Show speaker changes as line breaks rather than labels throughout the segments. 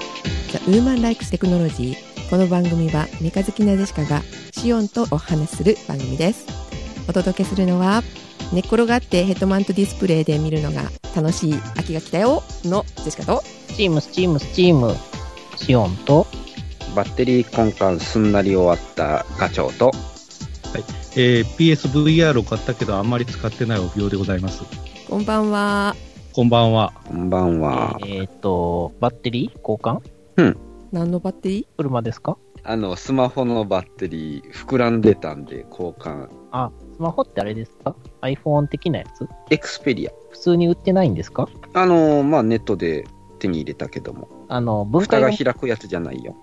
ウーマンライクステクノロジー。この番組はメカ好きなジェシカがシオンとお話しする番組です。お届けするのは、寝っ転がってヘッドマウントディスプレイで見るのが楽しい秋が来たよのジェシカと、
チームスチームスチームシオンと
バッテリー交換すんなり終わったガチョウと、
えー PSVR を買ったけどあんまり使ってないお病でございます。
こんばんは。
こんばんは。
こんばんは。
えっ、とバッテリー交換
何のバッテリー
車ですか
あの、スマホのバッテリー膨らんでたんで交換。
あスマホってあれですか ?iPhone 的なやつ
エクスペリア。
普通に売ってないんですか
あのーまあ、ネットで手に入れたけども。
あの分
蓋
解が
が開くやつじゃないよ。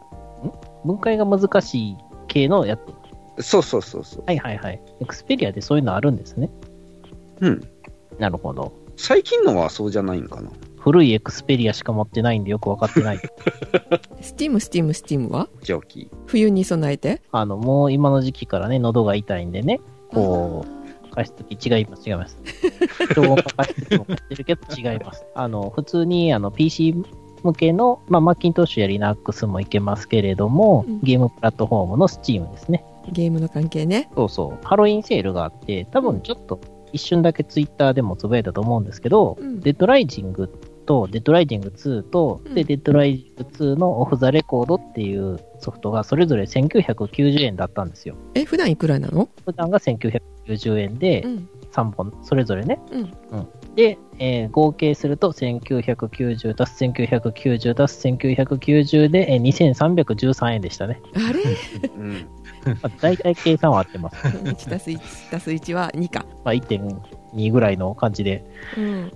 分解が難しい系のやつ
そうそうそうそう。
はいはいはいエクスペリアでそういうのあるんですね
うん。
なるほど
最近のはそうじゃないんかな。
古いエクスペリアしか持ってないんでよくわかってない
スティームスティームスティームは
ジョーキ
冬に備えて
あのもう今の時期からね喉が痛いんでねこう加湿器違います違います超音波加湿器も買ってるけど違いますあの普通にあの PC 向けの、まあ、マッキントッシュやリナックスもいけますけれども、
うん
ゲームプラットフォームの Steam ですね
ゲームの関係ね。
そうそうハロウィンセールがあって多分ちょっと一瞬だけツイッターでもつぶやいたと思うんですけど、
うん
デッドライジングとデッドライジング2と、
うん
でデッドライジング2のオフ・ザ・レコードっていうソフトがそれぞれ1990円だったんですよ
え、普段いくらなの
普段が1990円で
ん。
3本それぞれね、
うん
うんで、えー合計すると1990たす1990たす1990で、えー2313円で したね、
あれ
ー。うん。
まあ、大体計算は合ってます、
1たす1たす1は2か。
まあ、1.2ぐらいの感じで
うん。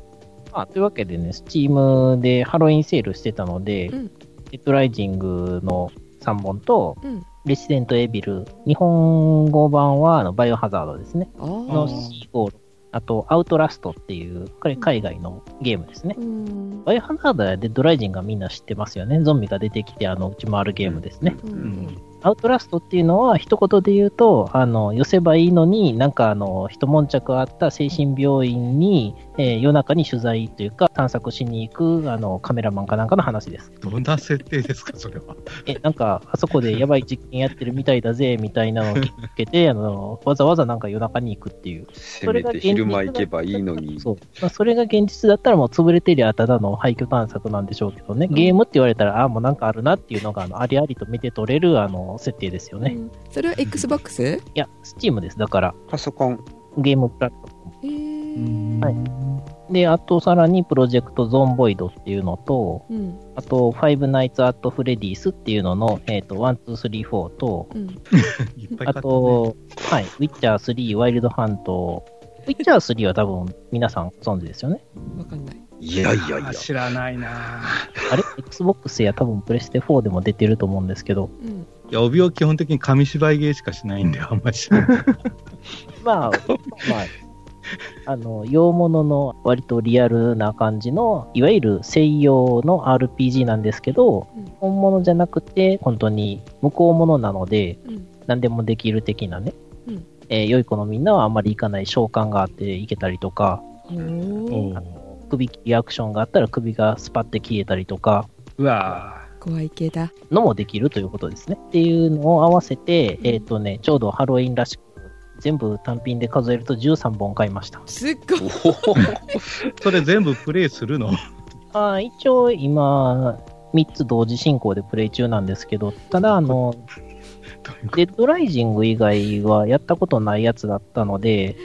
まあ、というわけでね、スチームでハロウィンセールしてたので、
うん
デッドライジングの3本と、
うん
レシデントエビル、日本語版はあのバイオハザードですね、
ああ。
の C5、あとアウトラストっていう、これ海外のゲームですね。
うん。
バイオハザードやデッドライジングはみんな知ってますよね。ゾンビが出てきて、あの、うち回るゲームですね。
う
うんん。
アウトラストっていうのは、一言で言うと、あの、寄せばいいのに、なんかあの、一悶着あった精神病院に、えー夜中に取材というか、探索しに行く、あの、カメラマンかなんかの話です。
どんな設定ですか、それは。
え、なんか、あそこでやばい実験やってるみたいだぜ、みたいなのを聞けて、あの、わざわざなんか夜中に行くっていう。
せめて昼間行けばいいのに。
そう。まあ、それが現実だったらもう潰れてりゃただの廃墟探索なんでしょうけどね。ゲームって言われたら、ああ、もうなんかあるなっていうのが、あの、ありありと見て取れる、あの、設定ですよね。
それは Xbox? へ
いや、スチームです。だから、
パソコン。
ゲームプラットフォー
ー
ムはいで、あとさらにプロジェクトゾンボイドっていうのと、
うん。
あと、ファイブナイツアットフレディスっていうのの、えっ、と、ワン、ツー、スリー、フォーと、
うん。
いっぱい買
あ
った、ね。
と、はい、ウィッチャー3、ワイルドハント、ウィッチャー3は多分皆さんご存知ですよね。
わかんない。
いやいやい
あ
や
ー。知らないなー
あれ ?Xbox や多分プレステ4でも出てると思うんですけど、
うん。
いや、帯を基本的に紙芝居芸しかしないんで、あんまりしない。
まあ、まあ、あの、洋物の割とリアルな感じの、いわゆる西洋の RPG なんですけど、
うん
本物じゃなくて、本当に向こうものなので、
うん
何でもできる的なね、
うん
えー良い子のみんなはあんまり行かない召喚があって行けたりとか、
おお。
あ
おー
の首切りアクションがあったら首がスパって消えたりとか、
うわ
怖い系だ。
のもできるということですね。っていうのを合わせて、えっ、とね、ちょうどハロウィンらしく、全部単品で数えると13本買いました。
すっごい。
おほほ
それ全部プレイするの
あー一応今、3つ同時進行でプレイ中なんですけど、ただあの、デッドライジング以外はやったことないやつだったので、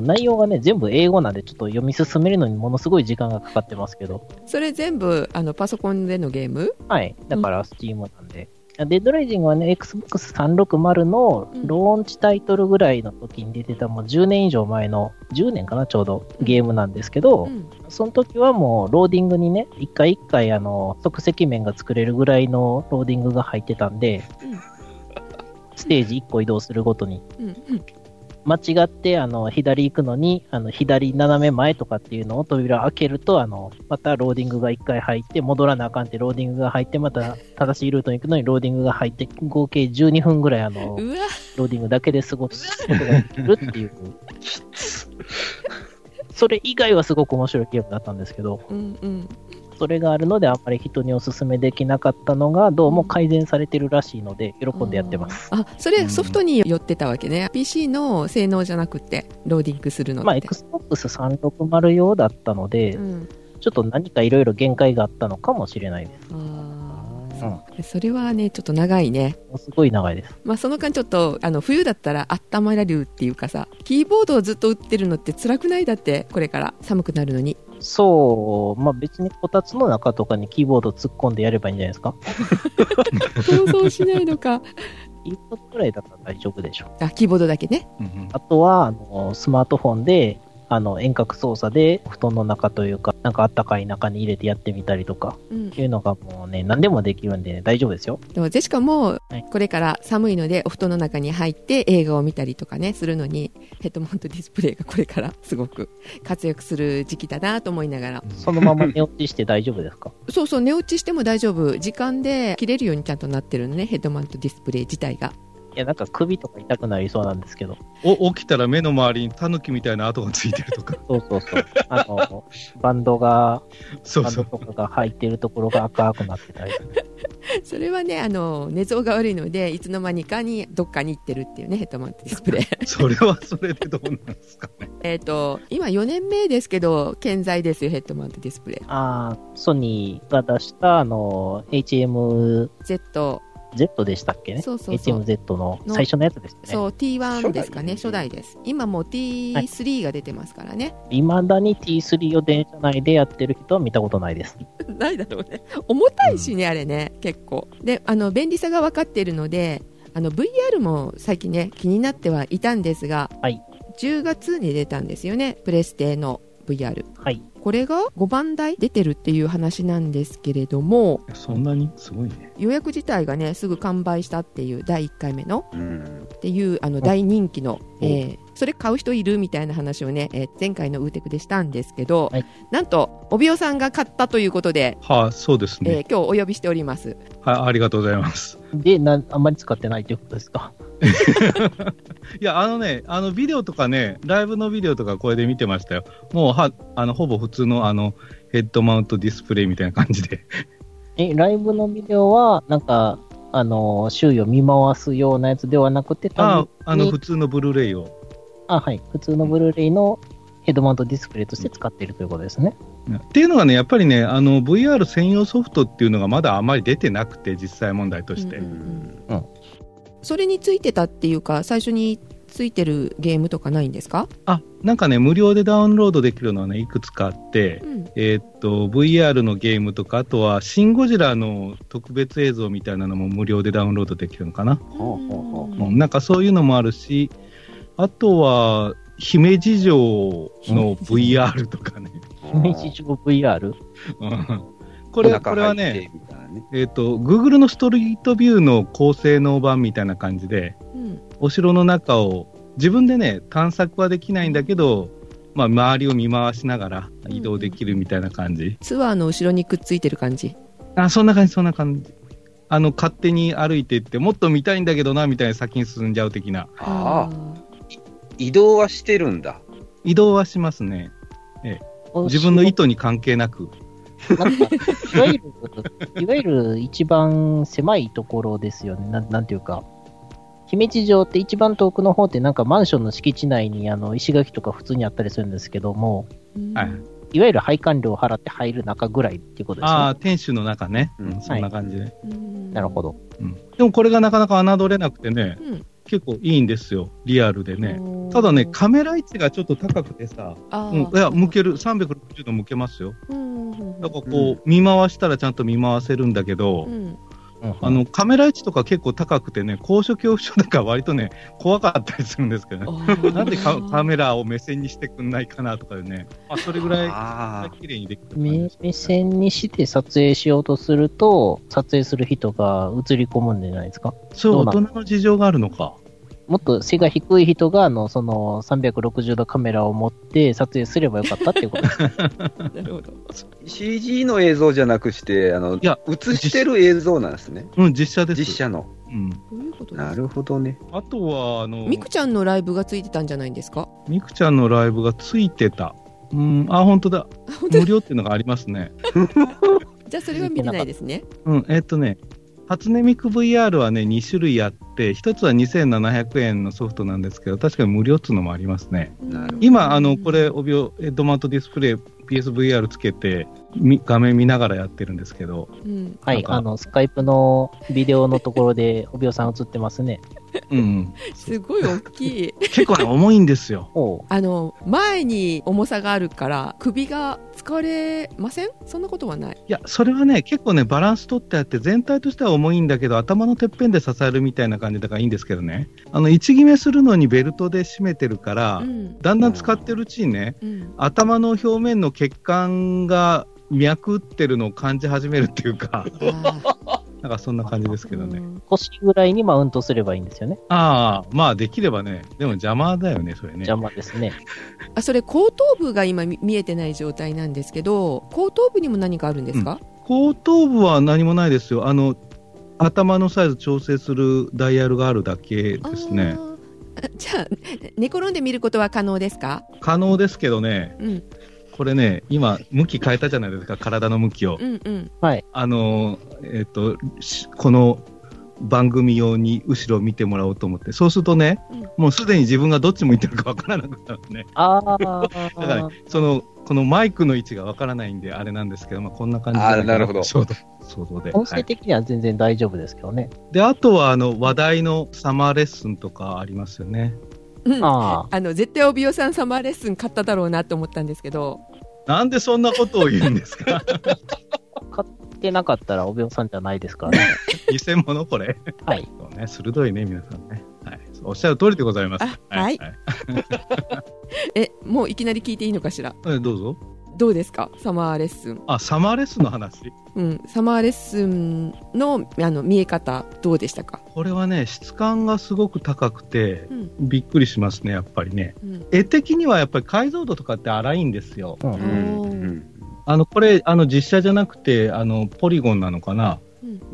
内容がね、全部英語なんでちょっと読み進めるのにものすごい時間がかかってますけど、
それ全部、あの、パソコンでのゲーム
はい。だから、スチームなんで。デッドライジングはね、Xbox360 のローンチタイトルぐらいの時に出てた、もう10年以上前の、10年かな、ちょうど、ゲームなんですけど、
ん。
その時はもう、ローディングにね、一回一回、あの、即席面が作れるぐらいのローディングが入ってたんで、
うん
ステージ1個移動するごとに、
うん。
間違って、あの、左行くのに、あの、左斜め前とかっていうのを扉開けると、あの、またローディングが1回入って、戻らなあかんってローディングが入って、また正しいルートに行くのにローディングが入って、合計12分ぐらい、あの
う、ん。うわ、
ローディングだけで過ごすことができるって いう。それ以外はすごく面白いゲームだったんですけど、
うんうん。
それがあるので、あんまり人にお勧めできなかったのが、どうも改善されてるらしいので、喜んでやってます。
あそれソフトに寄ってたわけね、PC の性能じゃなくてローディングするのって、
まあ、Xbox360 用だったので、
うん、
ちょっと何かいろいろ限界があったのかもしれないです。
あ
うん、
ーそれはねちょっと長いね、
もうすごい長いです。
まあ、その間ちょっとあの冬だったら温まれるっていうかさキーボードをずっと打ってるのって辛くないだってこれから寒くなるのに
そう、まあ別にこたつの中とかにキーボード突っ込んでやればいいんじゃないですか。
想像しないのか
キーボードくらいだったら大丈夫でしょう。
あキーボードだけね
うんうん
あとは、あのスマートフォンで、あの遠隔操作で布団の中というか、なんかあったかい中に入れてやってみたりとか、
うん
いうのがもうね、何でもできるんで、ね、大丈夫ですよ。
でもジェシカも
はい
これから寒いのでお布団の中に入って映画を見たりとかねするのにヘッドマウントディスプレイがこれからすごく活躍する時期だなと思いながら
そのまま寝落ちして大丈夫ですか
そうそう寝落ちしても大丈夫時間で切れるようにちゃんとなってるのねヘッドマウントディスプレイ自体 が
いや、なんか首とか痛くなりそうなんですけど。
お起きたら目の周りにタヌキみたいな跡がついてる とか
そうそう そう。あの、バンドが、
そ
バ
う
ン
そ
ド
う
とかが入ってるところが赤くなってたりとか。
それはねあの寝相が悪いのでいつの間にかにどっかに行ってるっていうねヘッドマウントディス プレイ
それはそれでどうなんですかね
えっと今4年目ですけど健在ですよヘッドマウントディスプレイ
あーソニーが出した、あの、HMZ
Z
でしたっけね。
そうそうそう
HMZ の
の
最初のやつです
そう
ね。
T1 ですかね初
初
代
代
です今もう T3 が出てますからね、
いまだに T3 を電車内でやってる人は見たことないです。
ないだろうね 重たいしね、あれね結構であの便利さが分かっているのであの VR も最近ね気になってはいたんですが、
はい
10月に出たんですよねプレステの VR
はい。
これが5番台出てるっていう話なんですけれども
そんなにすごいね
予約自体がねすぐ完売したっていう第1回目の
うん。
っていうあの大人気の、
うん
えーそれ買う人いるみたいな話をね、えー前回のウーテクでしたんですけど、
はい
なんと帯尾さんが買ったということで、
はあそうです
えー
ね、
今日お呼びしております
はいありがとうございます
で、なあんまり使ってないということですか。
いやあのねあのビデオとかねライブのビデオとかこれで見てましたよもうはあのほぼ普通のあのヘッドマウントディスプレイみたいな感じで
え、ライブのビデオは、なんか、あの、周囲を見回すようなやつではなくて、単
あ
純
あの普通のブルーレイを
あ、はい。普通のブルーレイのヘッドマウントディスプレイとして使っているということですね。
っていうのがね、やっぱりね、あの VR 専用ソフトっていうのがまだあまり出てなくて、実際問題として。
う
うんん。
それについてたっていうか最初についてるゲームとかないんですか、
あなんかね、無料でダウンロードできるのはね、いくつかあって、
うん
えーっと VR のゲームとか、あとはシン・ゴジラの特別映像みたいなのも無料でダウンロードできるのかな、
ほうほうほう
うんなんかそういうのもあるし、あとは姫路城の VR とかね、
姫路城 VR?
うんこれこれはね、、
みたいなね。
えーっと Google のストリートビューの高性能版みたいな感じで。
うん
お城の中を自分でね探索はできないんだけど、まあ、周りを見回しながら移動できるみたいな感じ、
ツアーの後ろにくっついてる感じ
あそんな感じそんな感じあの勝手に歩いていってもっと見たいんだけどなみたいに先に進んじゃう的な
ああ、
ー
移動はしてるんだ。
移動はしますね自分の意図に関係なく
なんかいわゆる、いわゆる一番狭いところですよね。なんなんていうか。姫路城って一番遠くの方ってなんかマンションの敷地内にあの石垣とか普通にあったりするんですけども、
うん
はい
いわゆる配管料を払って入る中ぐらいっていうことです
あ
ね
あ。天守の中ね、
うん
うんそんな感じで、
うん
なるほど。
うん、でもこれがなかなか侮れなくてね
うん
結構いいんですよリアルでね
おー
ただねカメラ位置がちょっと高くてさ、
あ
う
ー
ん、いや向ける360度向けますよ
うんうんうん
なんかこう、見回したらちゃんと見回せるんだけど、
うん
うん
あのカメラ位置とか結構高くてね、高所恐怖症だから割とね、怖かったりするんですけどね、
あー
なんでカカメラを目線にしてくんないかなとかでね、まあ、それぐら
あ
い綺麗にできた感じ
目目線にして撮影しようとすると、撮影する人が映り込むんじゃないですか。
そ
ど
う、大
うな
人の事情があるのか。
もっと背が低い人が、あの、その、360度カメラを持って撮影すればよかったっていうことです。
なるほど
あ。CG の映像じゃなくして、あの、
いや
映してる映像なんですね。
うん、実写です。
実写の。
うん。
どういうことで
な
す
るほどね。
あとは、あの、
みくちゃんのライブがついてたんじゃないんですか
みくちゃんのライブがついてた。うん、あ、本当だ。
あ本当だ
無料っていうのがありますね。
じゃあそれは見れないですね。
うん、えっとね、初音ミク VR はね、2種類あって、一つは2700円のソフトなんですけど、確かに無料っていうのもありますね。
なるほど
今、あの、これ、帯を、ヘッドマウントディスプレイ、PSVR つけて、み画面見ながらやってるんですけど、
うん、
は
なん
い、
か
あの、スカイプのビデオのところで、おびおさん映ってますね。
うんうん、
すごい大きい。
結構ね、重いんですよ。
おう
あの前に重さがあるから首が疲れませんそんなことはない。
いや、それはね、結構ね、バランス取ってあって、全体としては重いんだけど、頭のてっぺんで支えるみたいな感じだからいいんですけどね、あの位置決めするのにベルトで締めてるから、
うん
だんだん使ってるうちにね、
うん、
頭の表面の血管が脈打ってるのを感じ始めるっていう か、
あー
なんかそんな感じですけどね。
うん
腰ぐらいにマウントすればいいんですよね。
ああ、まあできればね、でも邪魔だよね、それね。
邪魔ですね。
あそれ後頭部が今み見えてない状態なんですけど後頭部にも何かあるんですか、
後頭部は何もないですよ。あの頭のサイズ調整するダイヤルがあるだけ
あ
ですね。
ーあじゃあ寝転んで見ることは可能ですか、
可能ですけどね、
うん、
これね、今、向き変えたじゃないですか、体の向きを。
うんうん
はい。
あのー、えっ、と、しこの番組用に後ろを見てもらおうと思って、そうするとね、
うん
もうすでに自分がどっち向いてるかわからなくなるね。
あ ー。
だから、その、このマイクの位置がわからないんで、あれなんですけど、まあ、こんな感じ
あーなるほど
想像想像で。
音
は
声
い、
的には全然大丈夫ですけどね。
で、あとは、あの、話題のサマーレッスンとかありますよね。
うん
あ
あの絶対おびおさんサマーレッスン買っただろうなと思ったんですけど
なんでそんなことを言うんですか
あ。でなかったら、おびおさんじゃないですからね。
偽物これ。
はい。
そうね、鋭いね、皆さんね。はい、おっしゃる通りでございます。
あはいえもういきなり聞いていいのかしら
えどうぞ。
どうですかサマーレッスン、
あ、サマーレッスンの話。
うん、サマーレッスンのあの見え方どうでしたか、
これはね、質感がすごく高くて、
うん
びっくりしますね、やっぱりね。
うん
絵的にはやっぱり解像度とかって荒いんですよ。
うん
う
あ
ん
おー
うん
あの、これ、あの、実写じゃなくて、あの、ポリゴンなのかな。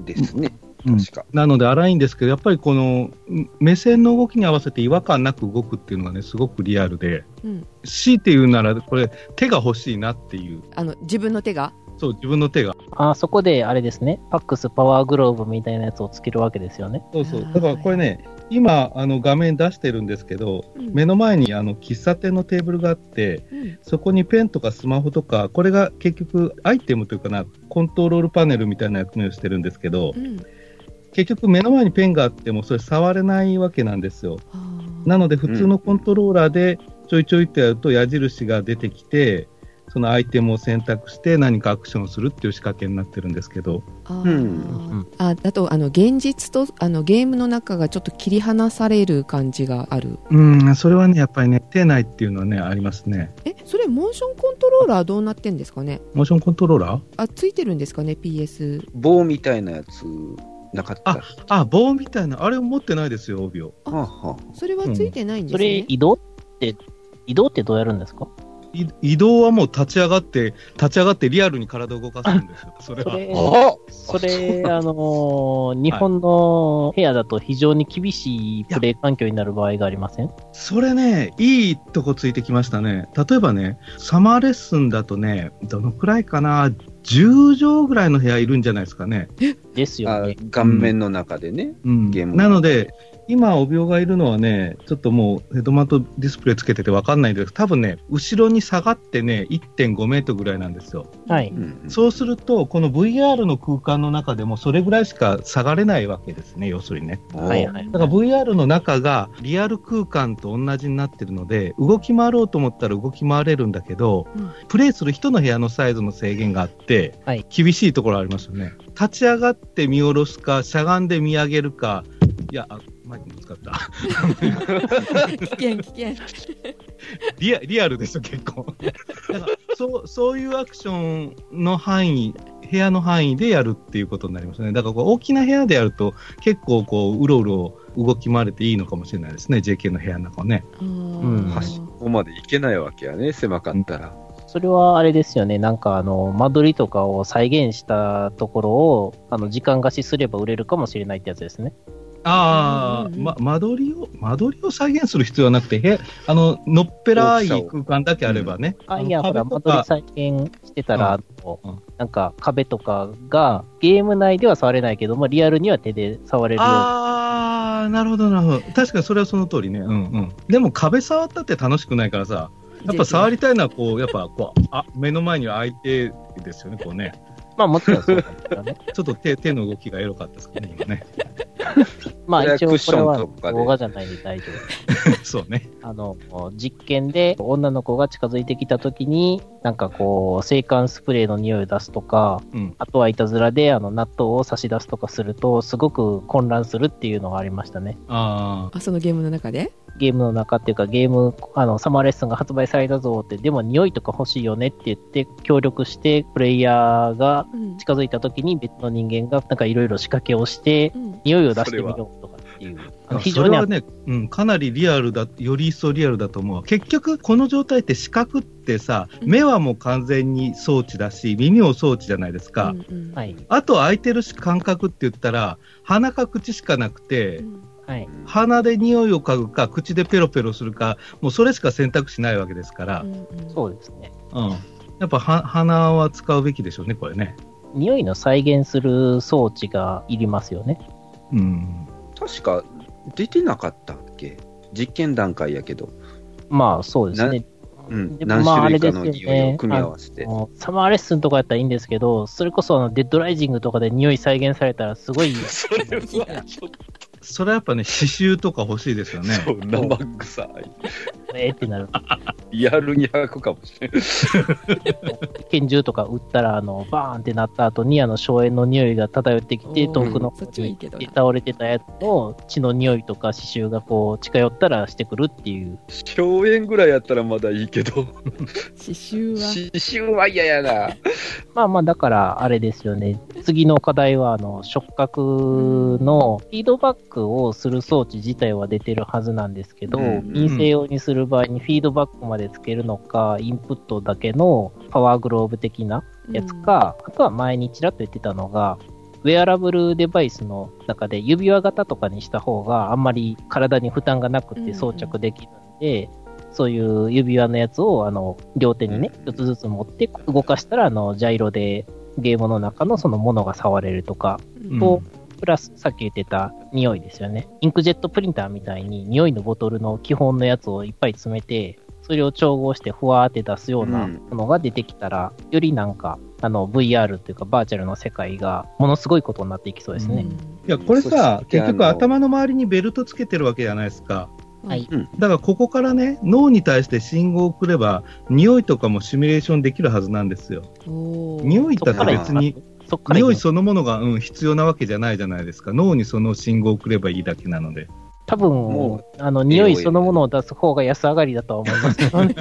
ですね、
うん
確か。
なので荒いんですけど、やっぱりこの、ん目線の動きに合わせて違和感なく動くっていうのがね、すごくリアルで、
うん
強いて言うなら、これ、手が欲しいなっていう、
あの自分の手が
そう、自分の手が
あーそこで、あれですね。パックスパワーグローブみたいなやつをつけるわけですよね。
そうそう
あー。
だからこれね、今、あの画面出してるんですけど、
うん
目の前にあの喫茶店のテーブルがあって、
うん
そこにペンとかスマホとか、これが結局、アイテムというかな、コントロールパネルみたいな役目をしてるんですけど
う、ん
結局、目の前にペンがあっても、それ触れないわけなんですよ。
あー
なので、普通のコントローラーでちょいちょいってやると、矢印が出てきて、そのアイテムを選択して何かアクションをするっていう仕掛けになってるんですけど、
あ
う
ー
ん
あだとあの現実とあのゲームの中がちょっと切り離される感じがある
うん、それはね、やっぱりね、手ないっていうのはね、ありますね。
えそれモーションコントローラーどうなってんですかね
モーションコントローラー
あついてるんですかね PS
棒みたいなやつ、なかったっけ。
あ、棒みたいな、あれ持ってないですよ、帯を。
あ
はあはあ
それはついてないんで
そ
す
れ、
ね、
移動って、移動ってどうやるんですか
い移動はもう立ち上がって、立ち上がってリアルに体を動かすんですよ、それ
そ
は。
れ、
あ
それ、あのー日本の部屋だと非常に厳しいプレイ環境になる場合がありません
それね、いいとこついてきましたね。例えばね、サマーレッスンだとね、どのくらいかな、10畳ぐらいの部屋いるんじゃないですかね。
ですよ
あ
ね。
顔面の中でね、
うん
ゲーム
なので、今、お病がいるのはね、ちょっともうヘッドマウントディスプレイつけてて分かんないんですけど、多分ね、後ろに下がってね、1.5メートルぐらいなんですよ。
はい。
うん
そうすると、この VR の空間の中でもそれぐらいしか下がれないわけですね、要するにね。
はいはい。
だから VR の中がリアル空間と同じになってるので、動き回ろうと思ったら動き回れるんだけど、
うん
プレイする人の部屋のサイズの制限があって、
はい
厳しいところありますよね。立ち上がって見下ろすか、しゃがんで見上げるか、いや、あマイク見つかった。
危険危険
リアリアルでしょ、結構。だからそうそういうアクションの範囲、部屋の範囲でやるっていうことになりますね。だからこう大きな部屋でやると、結構こう、うろうろ動き回れていいのかもしれないですね、JK の部屋の中をね。
あー
うん
端っこまで行けないわけやね、狭かったら。
それはあれですよね。なんかあの、間取りとかを再現したところを、あの、時間貸しすれば売れるかもしれないってやつですね。
ああ、
うんうんうん
ま、間取りを、間取りを再現する必要はなくて、部屋、あの、のっぺらい空間だけあればね。
あ、
の
いや、ほら、
壁
間
とか
取り再建してたら、あの
うん
なんか壁とかが、ゲーム内では触れないけど、まあ、リアルには手で触れるように。
ああ、なるほど、なるほど。確かにそれはその通りね。うんうん。でも壁触ったって楽しくないからさ、やっぱ触りたいのはこう、やっぱこう、あ、目の前には相手ですよね、こうね。
まあ、もちろんそうなんですよね。
ちょっと手、手の動きがエロかったですかね、今ね。
まあ、一応、これは
クッションとかで
動画じゃないんで大丈夫。
そうね。
あの、実験で女の子が近づいてきた時に、なんかこう、制汗スプレーの匂いを出すとか、
うん
あとはいたずらであの納豆を差し出すとかすると、すごく混乱するっていうのがありましたね。
あ
あそのゲームの中で
ゲームの中っていうか、ゲーム、あの、サマーレッスンが発売されたぞって、でも匂いとか欲しいよねって言って、協力して、プレイヤーが
うん
近づいた時に別の人間がなんかいろいろ仕掛けをして、
うん
匂いを出してみようとかっていう。あの
あ。
非
そ
常
れ
に
はね、うん、かなりリアルだ、より一層リアルだと思うわ。結局、この状態って視覚ってさ、
うん
目はもう完全に装置だし、耳も装置じゃないです
う
か。
んうん
はい。
あと、空いてるし感覚って言ったら、鼻か口しかなくて、
うん
はい。
鼻で匂いを嗅ぐか、口でペロペロするか、もうそれしか選択肢ないわけですから、
う
うんん。
うん
そうですね。
やっぱは鼻は使うべきでしょうね、これね。
匂いの再現する装置がいりますよね。
うん。
確か、出てなかったっけ実験段階やけど。
まあそうですね。
うん。
で
何
まあ
種類かの
あれですよ
匂
ね
いを組み合わせて。
もうサマーレッスンとかやったらいいんですけど、それこそあのデッドライジングとかで匂い再現されたらすごい、
それは、ちょっ
それはやっぱね、刺繍とか欲しいですよね。
と生臭い。
えーってなる。
リアルに履くかもしれない。
拳銃とか撃ったら、あの、バーンってなった後に、あの、硝煙の匂いが漂ってき
お
て、
ー
遠くの
そ
方
っちはいい
に
けどな
倒れてたやつの血の匂いとか刺繍がこう近寄ったらしてくるっていう。
荘園ぐらいやったらまだいいけど、
刺繍は
刺繍は嫌やな。
まあまあ、だから、あれですよね。次の課題は、あの、触覚のフィードバックをする装置自体は出てるはずなんですけど、
うんうん
陰性用にする場合にフィードバックまでつけるのか、インプットだけのパワーグローブ的なやつか、あとは前にちらっと言ってたのが、ウェアラブルデバイスの中で指輪型とかにした方があんまり体に負担がなく
うんう
て
ん
装着できるんで、そういう指輪のやつをあの両手にね
うん、う
一
ん
つずつ持って動かしたらあのジャイロでゲームの中のそのものが触れるとか、
うん
とプラスさっき言ってた匂いですよね。インクジェットプリンターみたいに匂いのボトルの基本のやつをいっぱい詰めて、それを調合してふわーって出すような
うん
ものが出てきたら、よりなんか、あの VR というかバーチャルの世界がものすごいことになっていきそうです
うん
ね。
いや、これさ
そ、して
結局
あの
頭の周りにベルトつけてるわけじゃないですか。
はい
だからここからね、脳に対して信号を送れば、匂いとかもシミュレーションできるはずなんですよ。
おー
匂いだって別に、
そっから行く
匂いそのものが、うん、必要なわけじゃないじゃないですか。脳にその信号を送ればいいだけなので。
多分
も、
あの匂いそのものを出す方が安上がりだとは思いますけどね。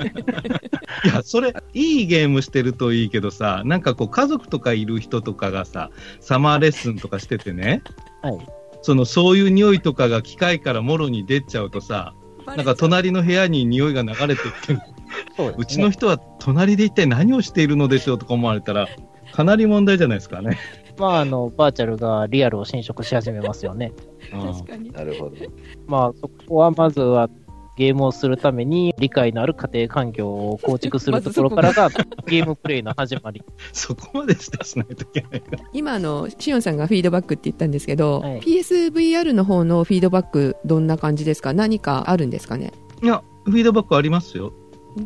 いや、 それ、いいゲームしてるといいけどさ、なんかこう、家族とかいる人とかがさ、サマーレッスンとかしててね、
はい
その、そういう匂いとかが機械からもろに出ちゃうとさ、なんか隣の部屋に匂いが流れてって
そうですね
うちの人は隣で一体何をしているのでしょうとか思われたら、かなり問題じゃないですかね。
まあ、あの、バーチャルがリアルを侵食し始めますよね。
確かに
なるほど。
まあ、そこはまずはゲームをするために理解のある家庭環境を構築するところ からがゲームプレイの始まり。
そこまでしてしないといけないか
今あのしおんさんがフィードバックって言ったんですけど、
はい
PSVR の方のフィードバックどんな感じですか何かあるんですかね
いや、フィードバックありますよ。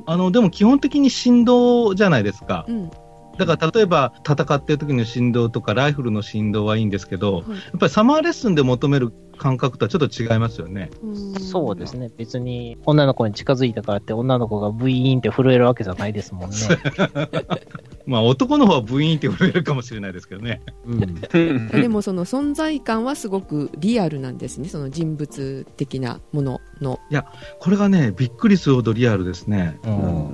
あの、でも基本的に振動じゃないですか
う。ん、
だから例えば戦ってる時の振動とかライフルの振動はいいんですけど、
はい
やっぱりサマーレッスンで求める感覚とはちょっと違いますよね。
うん
そうですね。別に女の子に近づいたからって女の子がブイーンって震えるわけじゃないですもんね。
まあ男の方はブイーンって震えるかもしれないですけどね。
うん。
でもその存在感はすごくリアルなんですねその人物的なものの
これがね、びっくりするほどリアルですね。
う。
うんん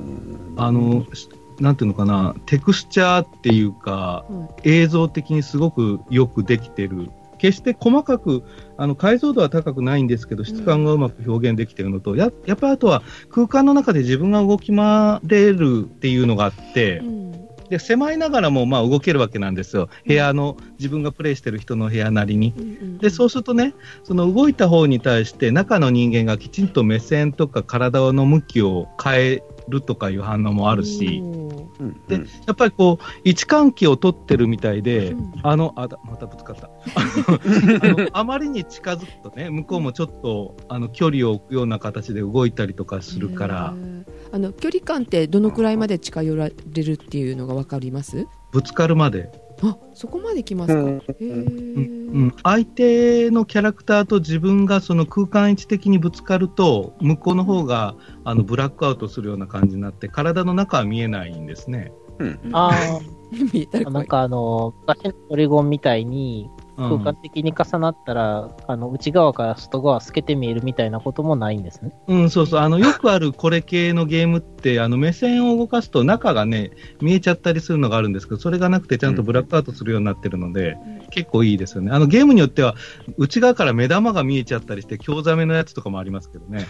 あの、しなんていうのかな、テクスチャーっていうか、
うん
映像的にすごくよくできてる。決して細かく、あの解像度は高くないんですけど、質感がうまく表現できてるのと、ややっぱりあとは空間の中で自分が動き回れるっていうのがあって、
うん
で、狭いながらもまあ動けるわけなんですよ。部屋の、自分がプレイしてる人の部屋なりに。で、そうするとね、その動いた方に対して中の人間がきちんと目線とか体の向きを変えるとかいう反応もあるし、
うん
で
うん
やっぱりこう、位置関係を取ってるみたいで、
うん
あの、あだ、またぶつかった。あの、あまりに近づくとね、向こうもちょっと、あの、距離を置くような形で動いたりとかするから、
あの距離感ってどのくらいまで近寄られるっていうのがわかります
ぶつかるまで。
あそこまで来ますか、
うん
へえ、
うん、相手のキャラクターと自分がその空間位置的にぶつかると向こうの方があのブラックアウトするような感じになって体の中は見えないんですね。
うん
あ
見えたら
あ、
怖
ないんかあの、昔のポリゴンみたいに、
うん
空間的に重なったら、あの、内側から外側透けて見えるみたいなこともないんですね。
うん、そうそう。あの、よくあるこれ系のゲームって、あの、目線を動かすと中がね、見えちゃったりするのがあるんですけど、それがなくてちゃんとブラックアウトするようになってるので、結構いいですよね。あの、ゲームによっては、内側から目玉が見えちゃったりして、興ざめのやつとかもありますけど ね。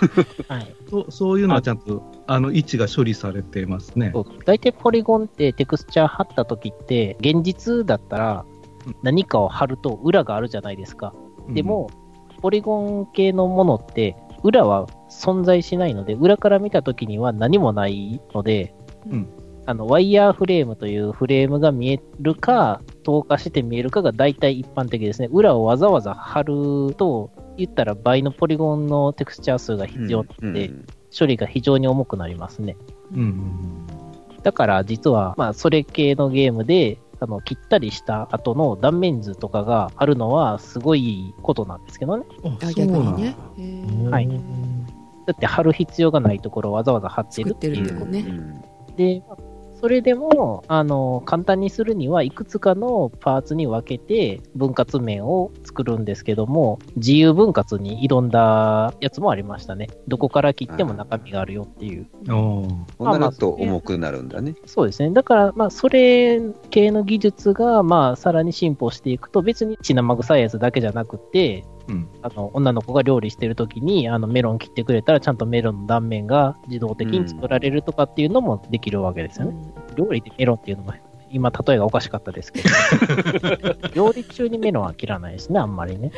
はい。
そうそういうのはちゃんと、あの、位置が処理されてますね。
そう大体ポリゴンってテクスチャー貼った時って、現実だったら
うん
何かを貼ると裏があるじゃないですか。でも、ポリゴン系のものって、裏は存在しないので、裏から見た時には何もないので、
うん
あのワイヤーフレームというフレームが見えるか、透過して見えるかが大体一般的ですね。裏をわざわざ貼ると、言ったら倍のポリゴンのテクスチャー数が必要な
う
の
ん
で、処理が非常に重くなりますね。
うん、うん。
だから実は、まあ、それ系のゲームで、あの、切ったりした後の断面図とかがあるのは、すごいことなんですけどね。
あ
あ
そう
逆に
なんだ
ね、へえ
はいだって貼る必要がないところをわざわざ貼って
作
る
っ。てるってことね、
で、それでも、あの、簡単にするには、いくつかのパーツに分けて、分割面を作るんですけども、自由分割に挑んだやつもありましたね。どこから切っても中身があるよっていう。
お
こ
ー
うなると重くなるんだね。
そうですね。だから、まあ、それ系の技術が、まあ、さらに進歩していくと、別に血生臭いやつだけじゃなくて、
うん
あの、女の子が料理してる時に、あの、メロン切ってくれたら、ちゃんとメロンの断面が自動的に作られるとかっていうのもできるわけですよね。料理でメロンっていうのも、今、例えがおかしかったですけど。料理中にメロンは切らないですね、あんまりね。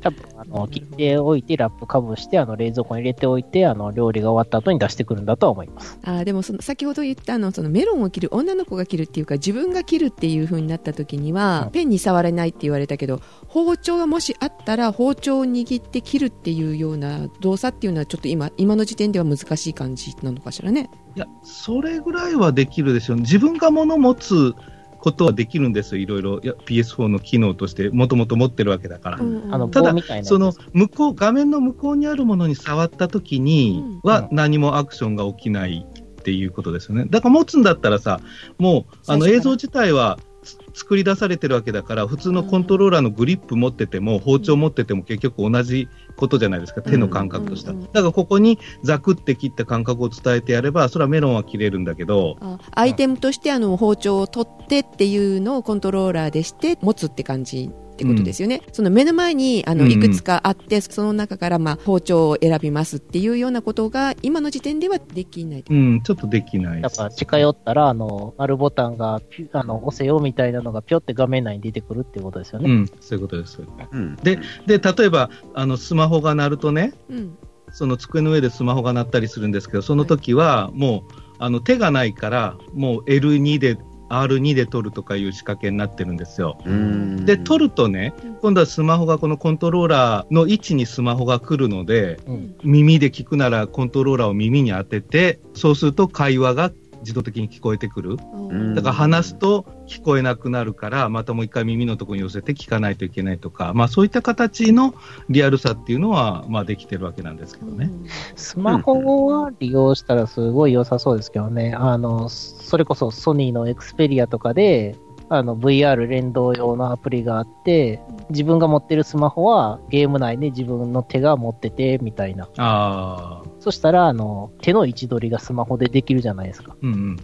多分あの切っておいて、ラップかぶして、あの冷蔵庫に入れておいて、あの料理が終わった後に出してくるんだとは思います。
あーでもその先ほど言ったあのそのメロンを切る女の子が切るっていうか自分が切るっていう風になった時には、
はい
ペンに触れないって言われたけど包丁がもしあったら包丁を握って切るっていうような動作っていうのはちょっと今今の時点では難しい感じなのかしらね。
いや、それぐらいはできるでしょう、自分が物持つことはできるんですよ、いろいろ、いや PS4 の機能として、もともと持ってるわけだから。
うんうん
あの、
ただ
棒みたいなやつ
その向こう画面の向こうにあるものに触った時には何もアクションが起きないっていうことですよね。だから持つんだったらさ、もうあの
最初から
映像自体はつ作り出されてるわけだから、普通のコントローラーのグリップ持ってても、包丁持ってても結局同じことじゃないですか、手の感覚としたら。
うん
だからここにザクって切った感覚を伝えてやれば、それはメロンは切れるんだけど、
あアイテムとしてあの包丁を取ってっていうのをコントローラーでして持つって感じってことですよね、その目の前にあの
うん
いくつかあって、その中からまあ包丁を選びますっていうようなことが今の時点ではできない
うん、ちょっとできない
だ
です
から近寄ったら、あの、丸ボタンがピュ、あの、押せよみたいなのがぴょって画面内に出てくるってことですよ
う
ね。
ん、そういうことです。
うん
で、で、例えば、あの、スマホが鳴るとね、
うん
その机の上でスマホが鳴ったりするんですけど、その時は、もう、あの、手がないから、もう L2 で、R2 で撮るとかいう仕掛けになってるんですよ。
うん
で、撮るとね
うん、
今度はスマホが、このコントローラーの位置にスマホが来るので、
うん
耳で聞くならコントローラーを耳に当てて、そうすると会話が自動的に聞こえてくる。
ん
だから話すと聞こえなくなるから、またもう一回耳のところに寄せて聞かないといけないとか、まあそういった形のリアルさっていうのは、まあできてるわけなんですけどね。
スマホは利用したらすごい良さそうですけどね。あの、それこそソニーのエクスペリアとかで、あの、VR 連動用のアプリがあって、自分が持ってるスマホはゲーム内で自分の手が持ってて、みたいな。
ああ、
そしたら、あの、手の位置取りがスマホでできるじゃないですか。
うん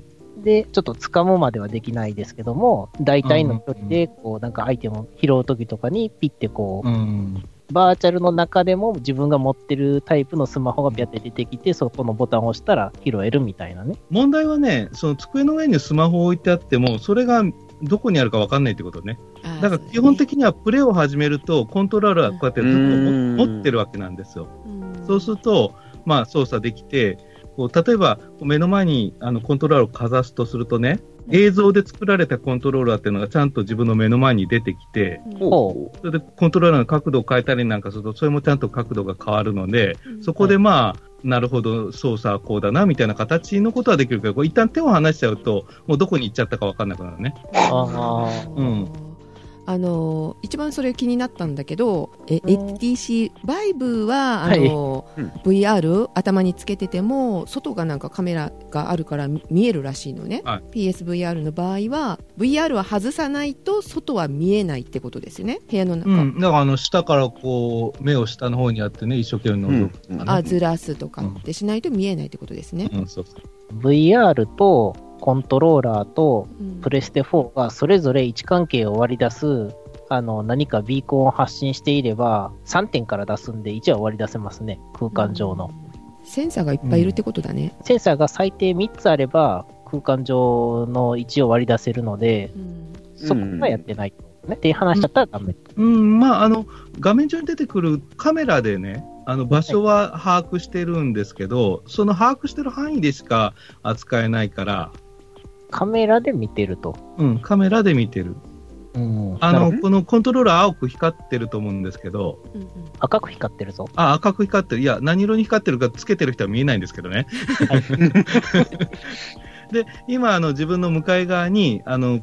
で、ちょっと掴むまではできないですけども、大体の距離で、こう、なんかアイテムを拾うときとかに、ピッてこ
うん。うん。
う、バーチャルの中でも自分が持ってるタイプのスマホがビャって出てきて、そこのボタンを押したら拾えるみたいなね。
問題はね、その机の上にスマホを置いてあっても、それがどこにあるか分かんないってことね。
あー
だから基本的
そ
にはプレーを始めると、コントローラーはこうやってずっと
うん
持持ってるわけなんですよ。
うねん
そうすると、まあ、操作できて、こう例えばこう目の前にあのコントローラーをかざすとするとね、
うん
映像で作られたコントローラーっていうのがちゃんと自分の目の前に出てきて、
うん
ほ
それでコントローラーの角度を変えたりなんかすると、それもちゃんと角度が変わるので、
うん
そこでまあ、なるほど、操作はこうだなみたいな形のことはできるけど、こう一旦手を離しちゃうと、もうどこに行っちゃったか分かんなくなるね。
あー
うん
あの一番それ気になったんだけど、え
うん
HTC バイブはあの、
はいうん
VR 頭につけてても外がなんかカメラがあるから見見えるらしいのね、
は
PSVR の場合は VR は外さないと外は見えないってことですよね部屋の中、
うん、だからあの下からこう目を下の方にやってね、一生懸命覗くとかね。
あずらすとかってしないと見えないってことですね、
うん、そうそう。
VR とコントローラーと
うん
プレステ4がそれぞれ位置関係を割り出す、あの、何かビーコンを発信していれば、3点から出すんで1は割り出せますね、空間上の。
センサーがいっぱいいるってことだね、
センサーが最低3つあれば、空間上の位置を割り出せるので、
うん
そこはやってないと。ね、って話しちゃったらダメ。
うん、まあ、あの、画面上に出てくるカメラでね、あの場所は把握してるんですけど、その把握してる範囲でしか扱えないから、
カメラで見てると。
うん、カメラで見てる。
うん。
あ
なるほ
の、
ど
このコントローラー青く光ってると思うんですけど、
うんうん
赤く光ってるぞ。
あ、赤く光ってる。いや、何色に光ってるかつけてる人は見えないんですけどね。 で、今、あの、自分の向かい側に、あの、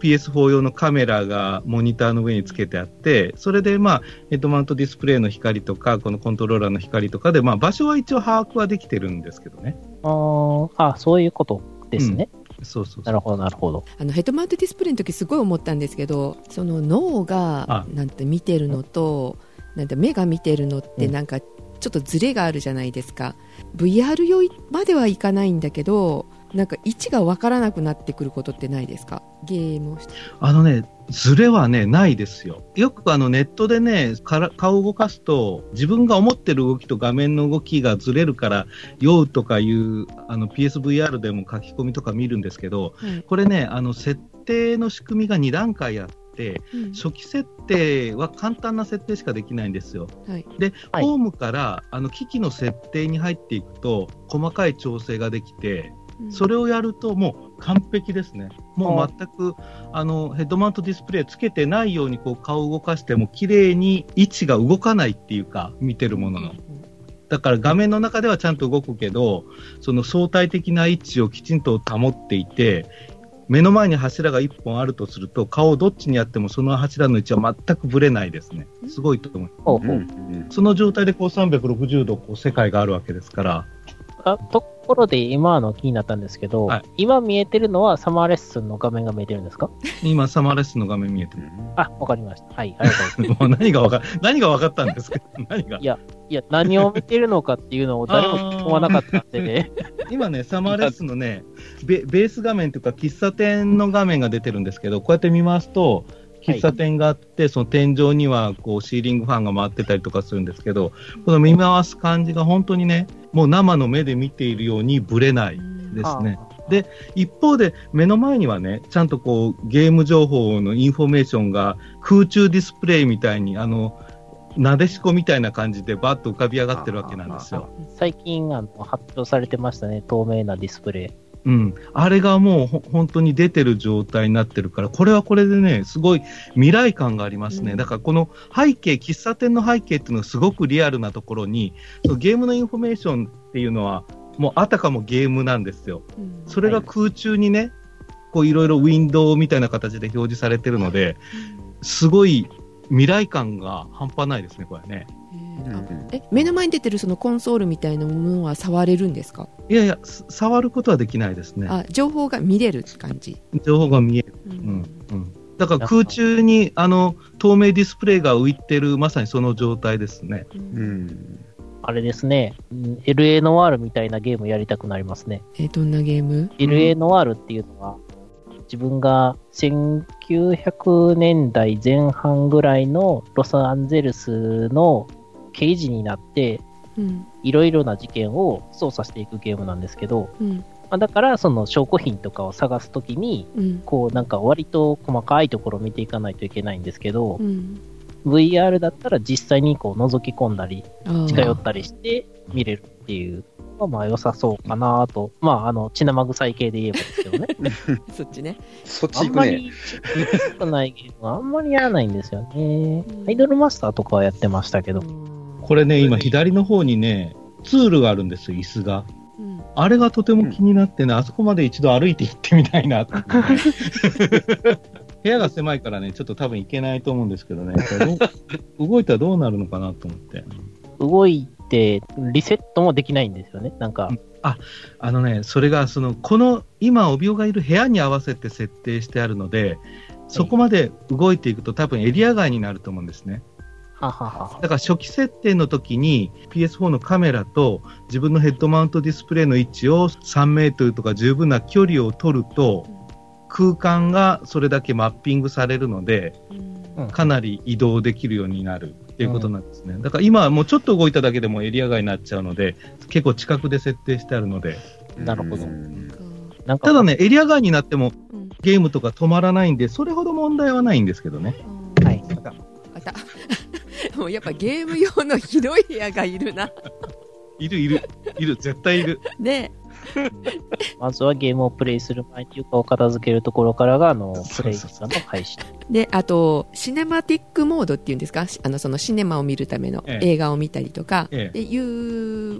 PS4 用のカメラがモニターの上につけてあって、それで、まあ、ヘッドマウントディスプレイの光とか、このコントローラーの光とかで、まあ、場所は一応把握はできてるんですけどね。
あーあ、そういうことですね。
そうそうそ
なる
う。
ほど、なるほど。
あのヘッドマウントディスプレイの時すごい思ったんですけどその脳が
あ
なんて見てるのとなんて目が見てるのって
うん
なんかちょっとズレがあるじゃないですか、VR 用まではいかないんだけどなんか位置が分からなくなってくることってないですかゲームをして
あのね、ズレはね、ないですよ。よくあの、ネットでね、から顔を動かすと、自分が思ってる動きと画面の動きがずれるから、酔うとかいう、あの、PSVR でも書き込みとか見るんですけど、
はい
これね、あの設定の仕組みが2段階あって、
うん
初期設定は簡単な設定しかできないんですよ。
はい
で、
はい
ホームからあの機器の設定に入っていくと、細かい調整ができて、
うん
それをやるともう完璧ですね。も
あ
う全くあのヘッドマウントディスプレイつけてないようにこう顔を動かしても綺麗に位置が動かないっていうか、見てるものの。だから画面の中ではちゃんと動くけど、その相対的な位置をきちんと保っていて、目の前に柱が1本あるとすると、顔をどっちにやってもその柱の位置は全くぶれないですね。すごいと思う。
ほうほ
うんう
うん
その状態でこう360度こう世界があるわけですから、
あところで今の気になったんですけど、
はい
今見えてるのはサマーレッスンの画面が見えてるんですか
今サマーレッスンの画面見えてる。
あ、わかりました。はい、ありがと うございま
もう何がわか、何がわかったんですか何が
いや。す。いや、何を見てるのかっていうのを誰も聞わなかったんで、ね、
今ね、サマーレッスンのね、ベベース画面というか、喫茶店の画面が出てるんですけど、こうやって見ますと、
はい
喫茶店があって、その天井にはこうシーリングファンが回ってたりとかするんですけど、この見回す感じが本当にね、もう生の目で見ているようにぶれない。ですねで一方で、目の前にはね、ちゃんとこうゲーム情報のインフォメーションが空中ディスプレイみたいに、あの、なでしこみたいな感じでバッと浮かび上がってるわけなんですよ。
最近あの発表されてましたね、透明なディスプレイ。
うん、あれがもうほ本当に出てる状態になってるから、これはこれでね、すごい未来感がありますね。
うん
だからこの背景、喫茶店の背景っていうのはすごくリアルなところに、そのゲームのインフォメーションっていうのは、もうあたかもゲームなんですよ。
うん
それが空中にね、こういろいろウィンドウみたいな形で表示されてるので、すごい未来感が半端ないですね、これね。
うん
う
えーあ
ん
え目の前に出てるそのコンソールみたいなものは触れるんですか
いやいや、す触ることはできないですね。
あ情報が見れる感じ、
情報が見え
う
うんうん、だから空中にあの透明ディスプレイが浮いてる、まさにその状態ですね。
うん
うん
あれですね、うん LA ノワールみたいなゲームやりたくなりますね。
えーどんなゲーム
LA ノワールっていうのは、自分が1900年代前半ぐらいのロサンゼルスの刑事になって、
うん
いろいろな事件を捜査していくゲームなんですけど、
うん
まあだからその証拠品とかを探すときに、
うん
こうなんか割と細かいところを見ていかないといけないんですけど
う、ん
VR だったら実際にこう覗き込んだり、
あー
近寄ったりして見れるっていうのがまあ良さそうかなと、まああの血生臭い系で言えばですけ どね、
そっちね
そっ
あん
ち行
ま
くね。
り良くないゲームはあんまりやらないんですよね
うん。
アイドルマスターとかはやってましたけど、
これね、今左の方にね、ツールがあるんですよ、椅子が。
うん
あれがとても気になってね、あそこまで一度歩いて行ってみたいなって いうね部屋が狭いからね、ちょっと多分行けないと思うんですけどね、これどう動いたらどうなるのかなと思って。
動いてリセットもできないんですよね。なんか、
あのね、それが、その、この、今、お病がいる部屋に合わせて設定してあるので、そこまで動いていくと多分エリア外になると思うんですね。
ははは。
だから初期設定の時に PS4 のカメラと自分のヘッドマウントディスプレイの位置を3メートルとか十分な距離を取ると空間がそれだけマッピングされるので
うん
かなり移動できるようになるっていうことなんですね。だから今はもうちょっと動いただけでもエリア外になっちゃうので結構近くで設定してあるので
なるほど
うん
なんか
ただねエリア外になっても
うん
ゲームとか止まらないんでそれほど問題はないんですけどね。
うん
はい
あたもうやっぱゲーム用のひどい部屋がいるない
るいるいる絶対いる。
ね
まずはゲームをプレイする前に床を片付けるところからが、あの、プ
そ
レ
う
イ
そう
さんの配信。
であとシネマティックモードっていうんですかしあのそのシネマを見るための
ええ
映画を見たりとか、
え
っていう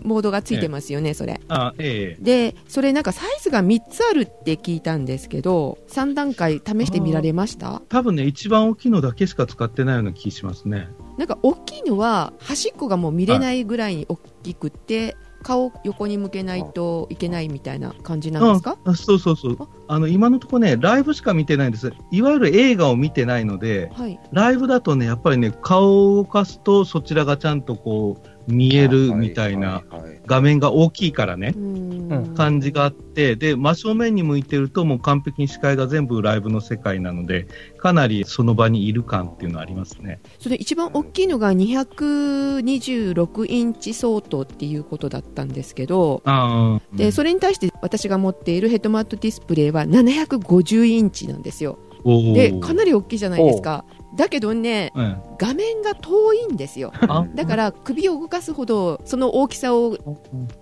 モードがついてますよね、それ
あええ
でそれなんかサイズが3つあるって聞いたんですけど3段階試してみられました
多分ね、一番大きいのだけしか使ってないような気しますね。
なんか大きいのは端っこがもう見れないぐらいに大きくて顔を横に向けないといけないみたいな感じなんですか
あそうそうそう
あ。
あの、今のとこね、ライブしか見てないんです。いわゆる映画を見てないので、
はい
ライブだとね、やっぱりね、顔を動かすとそちらがちゃんとこう、見えるみたいな、
はいはいはい
画面が大きいからね
う、ーん
感じがあって、で、真正面に向いてるともう完璧に視界が全部ライブの世界なので、かなりその場にいる感っていうのはありますね。
それ一番大きいのが226インチ相当っていうことだったんですけど
ああ。
でそれに対して私が持っているヘッドマウントディスプレイは750インチなんですよ
おー
でかなり大きいじゃないですかだけどね
うん。
画面が遠いんですよ
あ
だ から首を動かすほどその大きさを
っ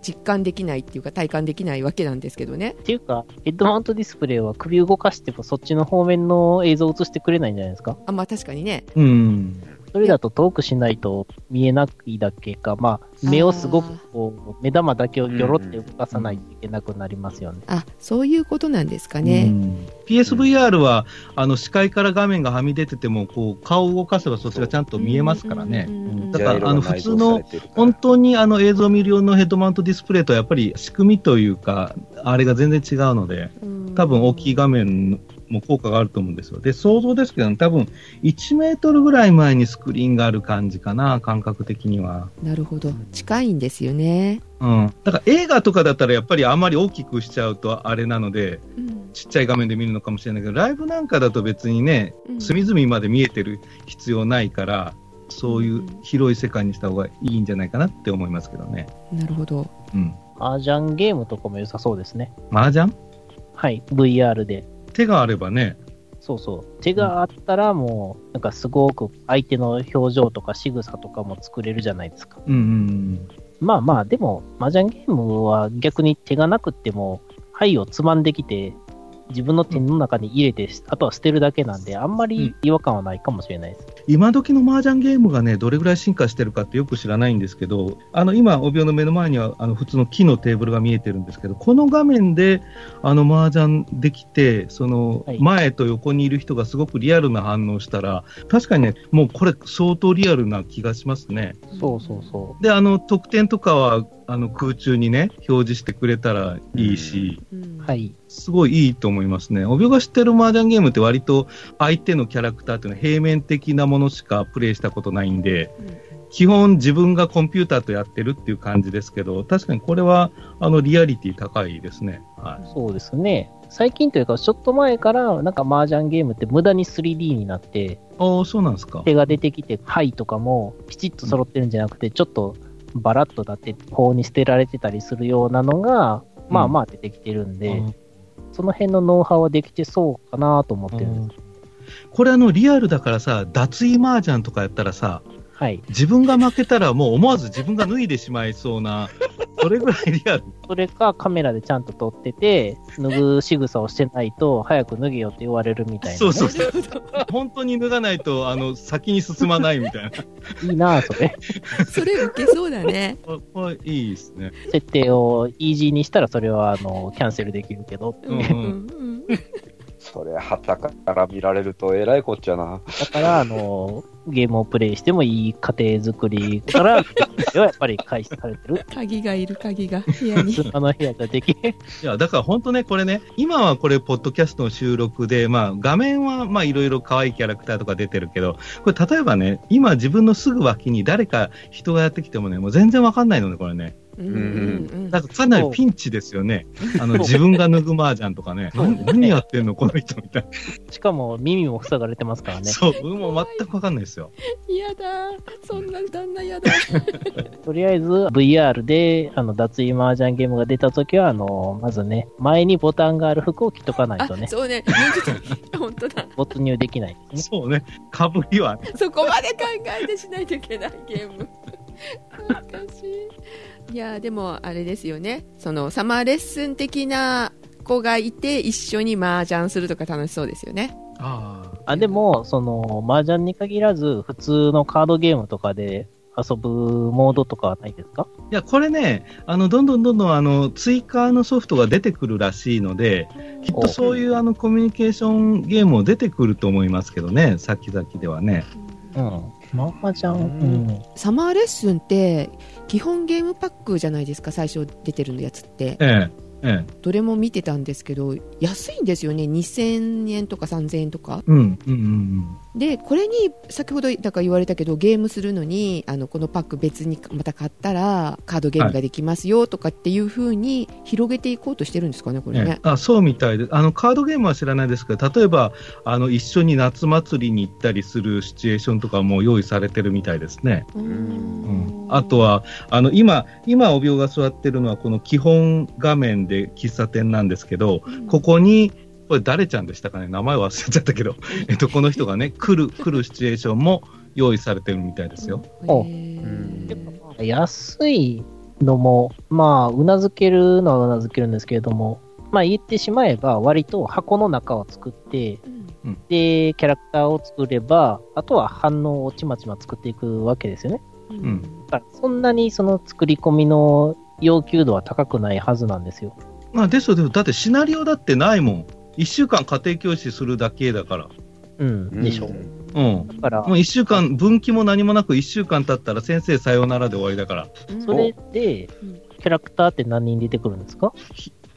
実感できないっていうか体感できないわけなんですけどね
ていうか、ヘッドマウントディスプレイは首動かしてもそっちの方面の映像を映してくれないんじゃないですか
あまあ確かにね
うん。
それだと遠くしないと見えないだけか、まあ、目をすごくこう、目玉だけをギョロって動かさないといけなくなりますよね。
あそういうことなんですかね、
PSVR は、あの視界から画面がはみ出ててもこう顔を動かせばそっちがちゃんと見えますからね
う。んうんうんうん
だか
ジャイ
ら
ロが
あの普通の
内蔵されてるから
本当にあの映像を見る用のヘッドマウントディスプレイとはやっぱり仕組みというか、あれが全然違うので、多分大きい画面も効果があると思うんですよ。で、想像ですけど、多分1メートルぐらい前にスクリーンがある感じかな、感覚的には。
なるほど近いんですよね、
うん。だから映画とかだったらやっぱりあまり大きくしちゃうとあれなので、
うん
ちっちゃい画面で見るのかもしれないけど、ライブなんかだと別にね、
うん
隅々まで見えてる必要ないから、そういう広い世界にした方がいいんじゃないかなって思いますけどね。
なるほど
うん。
アージャンゲームとかも良さそうですね。
麻雀
はい、VR で。
手があればね、
そうそう。手があったらもう、なんかすごく相手の表情とか仕草とかも作れるじゃないですか。
うんうん
まあまあ、でも、麻雀ゲームは逆に手がなくっても、牌をつまんできて、自分の手の中に入れて、あとは捨てるだけなんで、あんまり違和感はないかもしれないです。
今時の麻雀ゲームがね、どれぐらい進化してるかってよく知らないんですけど、あの、今、お病の目の前には、あの、普通の木のテーブルが見えてるんですけど、この画面で、あの、麻雀できて、その
はい、
前と横にいる人がすごくリアルな反応したら、確かにね、もうこれ相当リアルな気がしますね。
そうそうそ
で、あの、得点とかは、あの、空中にね、表示してくれたらいいし、
う、ん
う。はい。
すごいいいと思いますね。おびょが知ってる麻雀ゲームって割と相手のキャラクターっていうのは平面的なものしかプレイしたことないんで、
うん
基本自分がコンピューターとやってるっていう感じですけど、確かにこれは、あの、リアリティ高いですね。は
そうですね。最近というか、ちょっと前から、なんか麻雀ゲームって無駄に 3D になって、
ああ、そうなんですか。
手が出てきて、牌とかもきちっと揃ってるんじゃなくて、ちょっとバラッとだって、法に捨てられてたりするようなのが、まあまあ出てきてるんで、
うん
その辺のノウハウはできてそうかなと思ってるんです。
これあの、リアルだからさ、脱衣麻雀とかやったらさ、
はい。
自分が負けたらもう思わず自分が脱いでしまいそうな、 それぐらいリアル。
それかカメラでちゃんと撮ってて、脱ぐ仕草をしてないと、早く脱げよって言われるみたいなね、
そうそうそう。本当に脱がないと、あの、先に進まないみたいな。
いいなあそれ。
それ受けそうだね。
これこれいいですね。
設定をイージーにしたら、それはあのキャンセルできるけど、
うん
うん
うんうん
それ、はたから見られるとえらいこっちゃな。
だからあのゲームをプレイしてもいい家庭作りから、 やっぱり開始されてる。
鍵がいる鍵が部屋に。
あの部屋じゃできへん。
いや、だから本当ね、これね、今はこれ、ポッドキャストの収録で、まあ、画面は、まあ、いろいろ可愛いキャラクターとか出てるけど、これ、例えばね、今自分のすぐ脇に誰か人がやってきてもね、もう全然わかんないのね、これね。
うんうん
だからかなりピンチですよね。あの、自分が脱ぐ麻雀とかね、
そう
何何やってんの、この人みたい
しかも耳も塞がれてますから
な。
ね。
そう、僕も全くわかんないですよ。
うん。やだ。そんな旦那やだ。
とりあえず VR であの脱衣麻雀ゲームが出た時は、あのまずね、前にボタンがある服を着とかない
あ
と、ね、
そうね。本当だ。
没入できないですね。
そうね、かぶりは、
そこまで考えてしないといけないゲーム。難しい。いやでもあれですよね。そのサマーレッスン的な子がいて一緒に麻雀するとか楽しそうですよね。
ああ、
あでも、その、麻雀に限らず、普通のカードゲームとかで遊ぶモードとかはないですか
いや、これね、あの、どんどんどんどん、あの、追加のソフトが出てくるらしいので、きっとそういう、あの、コミュニケーションゲームも出てくると思いますけどね、先々ではね。
うん。ま麻雀、
う
うんん。
サマーレッスンって基本ゲームパックじゃないですか最初出てるやつって
ええ、ええ、
どれも見てたんですけど安いんですよね2000円とか3000円とか
うん、うん、うんうん。
でこれに先ほどだから言われたけどゲームするのにあのこのパック別にまた買ったらカードゲームができますよとかっていう風に広げていこうとしてるんですかねこれ
ね
ね、
あそうみたいであのカードゲームは知らないですけど例えばあの一緒に夏祭りに行ったりするシチュエーションとかも用意されてるみたいですね、
うーん
うん、あとはあの今今帯が座ってるのはこの基本画面で喫茶店なんですけどここにこれ誰ちゃんでしたかね名前忘れちゃった けど、えっと、この人がね来る来るシチュエーションも用意されてるみたいですよ、
お
へー
うん
安いのも、まあ、うなずけるのはうなずけるんですけれども、まあ言ってしまえば、割と箱の中を作って、
うん
で、キャラクターを作れば、あとは反応をちまちま作っていくわけですよね。
うん
だからそんなにその作り込みの要求度は高くないはずなんですよ。
まあ、ですよですよだってシナリオだってないもん1週間家庭教師するだけだから
うん、でしょう。
ん
うん
だから
もう、1週間、分岐も何もなく1週間経ったら先生さようならで終わりだから、
それで
うん、
キャラクターって何人出てくるんですか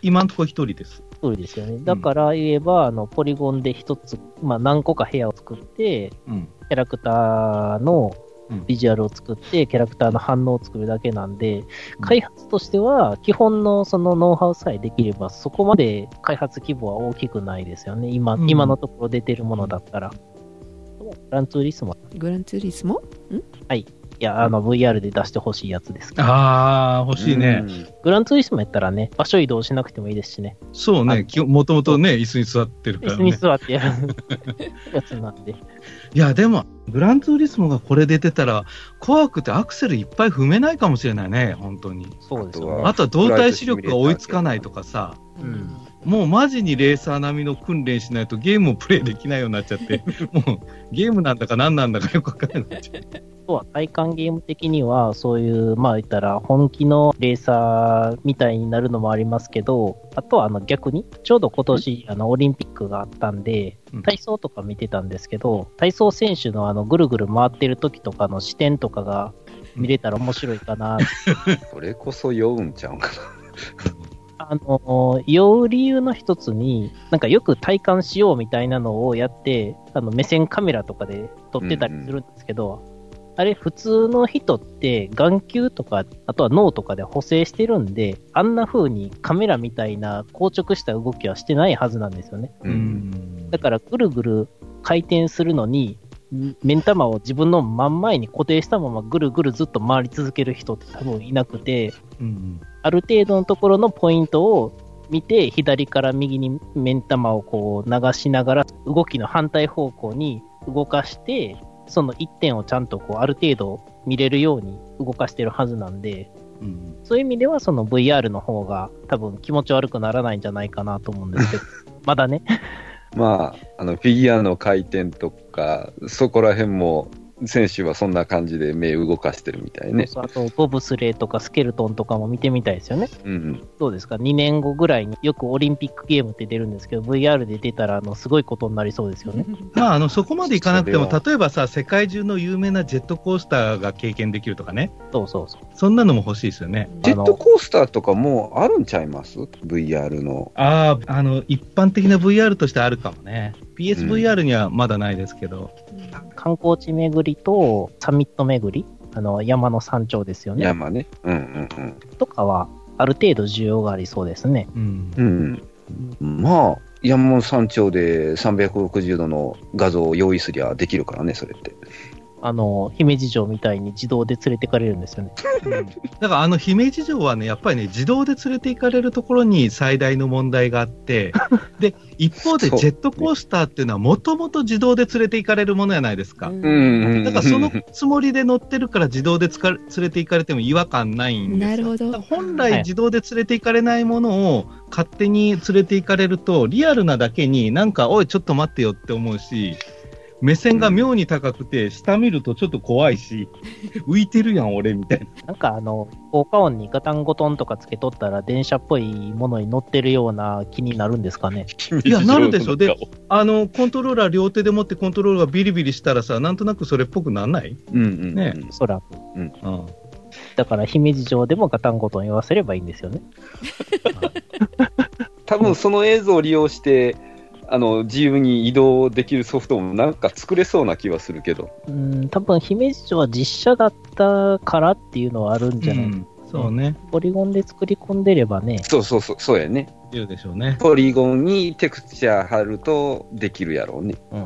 今んところ1人です。
そうですよね。だから言えば、あの、ポリゴンで一つ、まあ、何個か部屋を作って、
うん。
キャラクターの
うん
ビジュアルを作って、キャラクターの反応を作るだけなんで、開発としては、基本のそのノウハウさえできれば、そこまで開発規模は大きくないですよね。今、
うん
今のところ出てるものだったら。ランツーリスモ、
グランツーリスモ
いや、あの、VR で出してほしいやつですけど。
ああ、欲しいね。。
グランツーリスモやったらね、場所移動しなくてもいいですしね。
そう
あ
ね、きもともとね、椅子に座ってるか
椅
ら
子に
ね。
座ってやるやつなんで。
いや、でも、グランツーリスモがこれで出たら、怖くてアクセルいっぱい踏めないかもしれないね、本当に。
そうですよ
あ
ね。
とは
あとは動体視力が追いつかないとかさ、
うん
もうマジにレーサー並みの訓練しないとゲームをプレイできないようになっちゃ って、もうゲームなんだか何なんだかよくわからない。
あとは体感ゲーム的には、そういう、まあ言ったら、本気のレーサーみたいになるのもありますけど、あとはあの逆に、ちょうど今年、あの、オリンピックがあったんで
うん、
体操とか見てたんですけど、体操選手のあの、ぐるぐる回ってる時とかの視点とかが見れたら面白いかな。
それこそ酔うんちゃうんか
あの、酔う理由の一つに、なんかよく体感しようみたいなのをやって、あの、目線カメラとかで撮ってたりするんですけど、あれ、普通の人って、眼球とか、あとは脳とかで補正してるんで、あんな風にカメラみたいな硬直した動きはしてないはずなんですよね。
う。
うんん
だから、ぐるぐる回転するのに、目ん玉を自分の真ん前に固定したままぐるぐるずっと回り続ける人って多分いなくて、
うん
ある程度のところのポイントを見て、左から右に目ん玉をこう流しながら、動きの反対方向に動かして、その一点をちゃんとこうある程度見れるように動かしてるはずなんで、
うん
そういう意味ではその VR の方が多分気持ち悪くならないんじゃないかなと思うんですけど、まだね。
まあ、あの、フィギュアの回転とか、そこら辺も、選手はそんな感じで目動かしてるみたいね。
そうそうあと、ボブスレーとかスケルトンとかも見てみたいですよね。
うん。
どうですか ?2 年後ぐらいによくオリンピックゲームって出るんですけど、VR で出たらあのすごいことになりそうですよね。
まあ、あのそこまでいかなくて
そ
も
れは、
例えばさ、世界中の有名なジェットコースターが経験できるとかね、
そうそうそう。
そんなのも欲しいですよね。
ジェットコースターとかもうあるんちゃいます ?VR の。
ああ、あの、一般的な VR としてあるかもね。PSVR にはまだないですけど。
観光地巡りとサミット巡り、あの山の山頂ですよね。
山ね。うんうんうん。
とかは、ある程度需要がありそうですね。
うん。
うん、まあ、山本山頂で360度の画像を用意すりゃできるからね、それって。
あの、姫路城みたいに自動で連れてかれるんですよね。
うんだからあの姫路城はね、やっぱりね、自動で連れて行かれるところに最大の問題があ って、で、一方で
そう
ジェットコースターっていうのはもともと自動で連れて行かれるものじゃないですか。
うん、
だから そのつもりで乗ってるから自動でつか連れて行かれても違和感ないんですよ
なるほど
だから本
はい
来自動で連れて行かれないものを勝手に連れて行かれると、リアルなだけになんか、おい、ちょっと待ってよって思うし、目線が妙に高くて、下見るとちょっと怖 いし、浮いてるやん、俺、みたいな。
なんかあの、効果音にガタンゴトンとかつけとったら電車っぽいものに乗ってるような気になるんですかね。
いやなるでしょであの、コントローラー両手で持ってコントローラーがビリビリしたらさ、なんとなくそれっぽくなんない
うんうんうん、
ね
おそらく。
うん。
だから姫路城でもガタンゴトン言わせればいいんですよね。
多分その映像を利用して、あの自由に移動できるソフトもなんか作れそうな気はするけど、
うん、多分姫路城は実写だったからっていうのはあるんじゃない、
うんそうね。
ポリゴンで作り込んでればね、
そうそうそう、そうやね、
いるでしょうね。
ポリゴンにテクスチャー貼るとできるやろうね、
うん、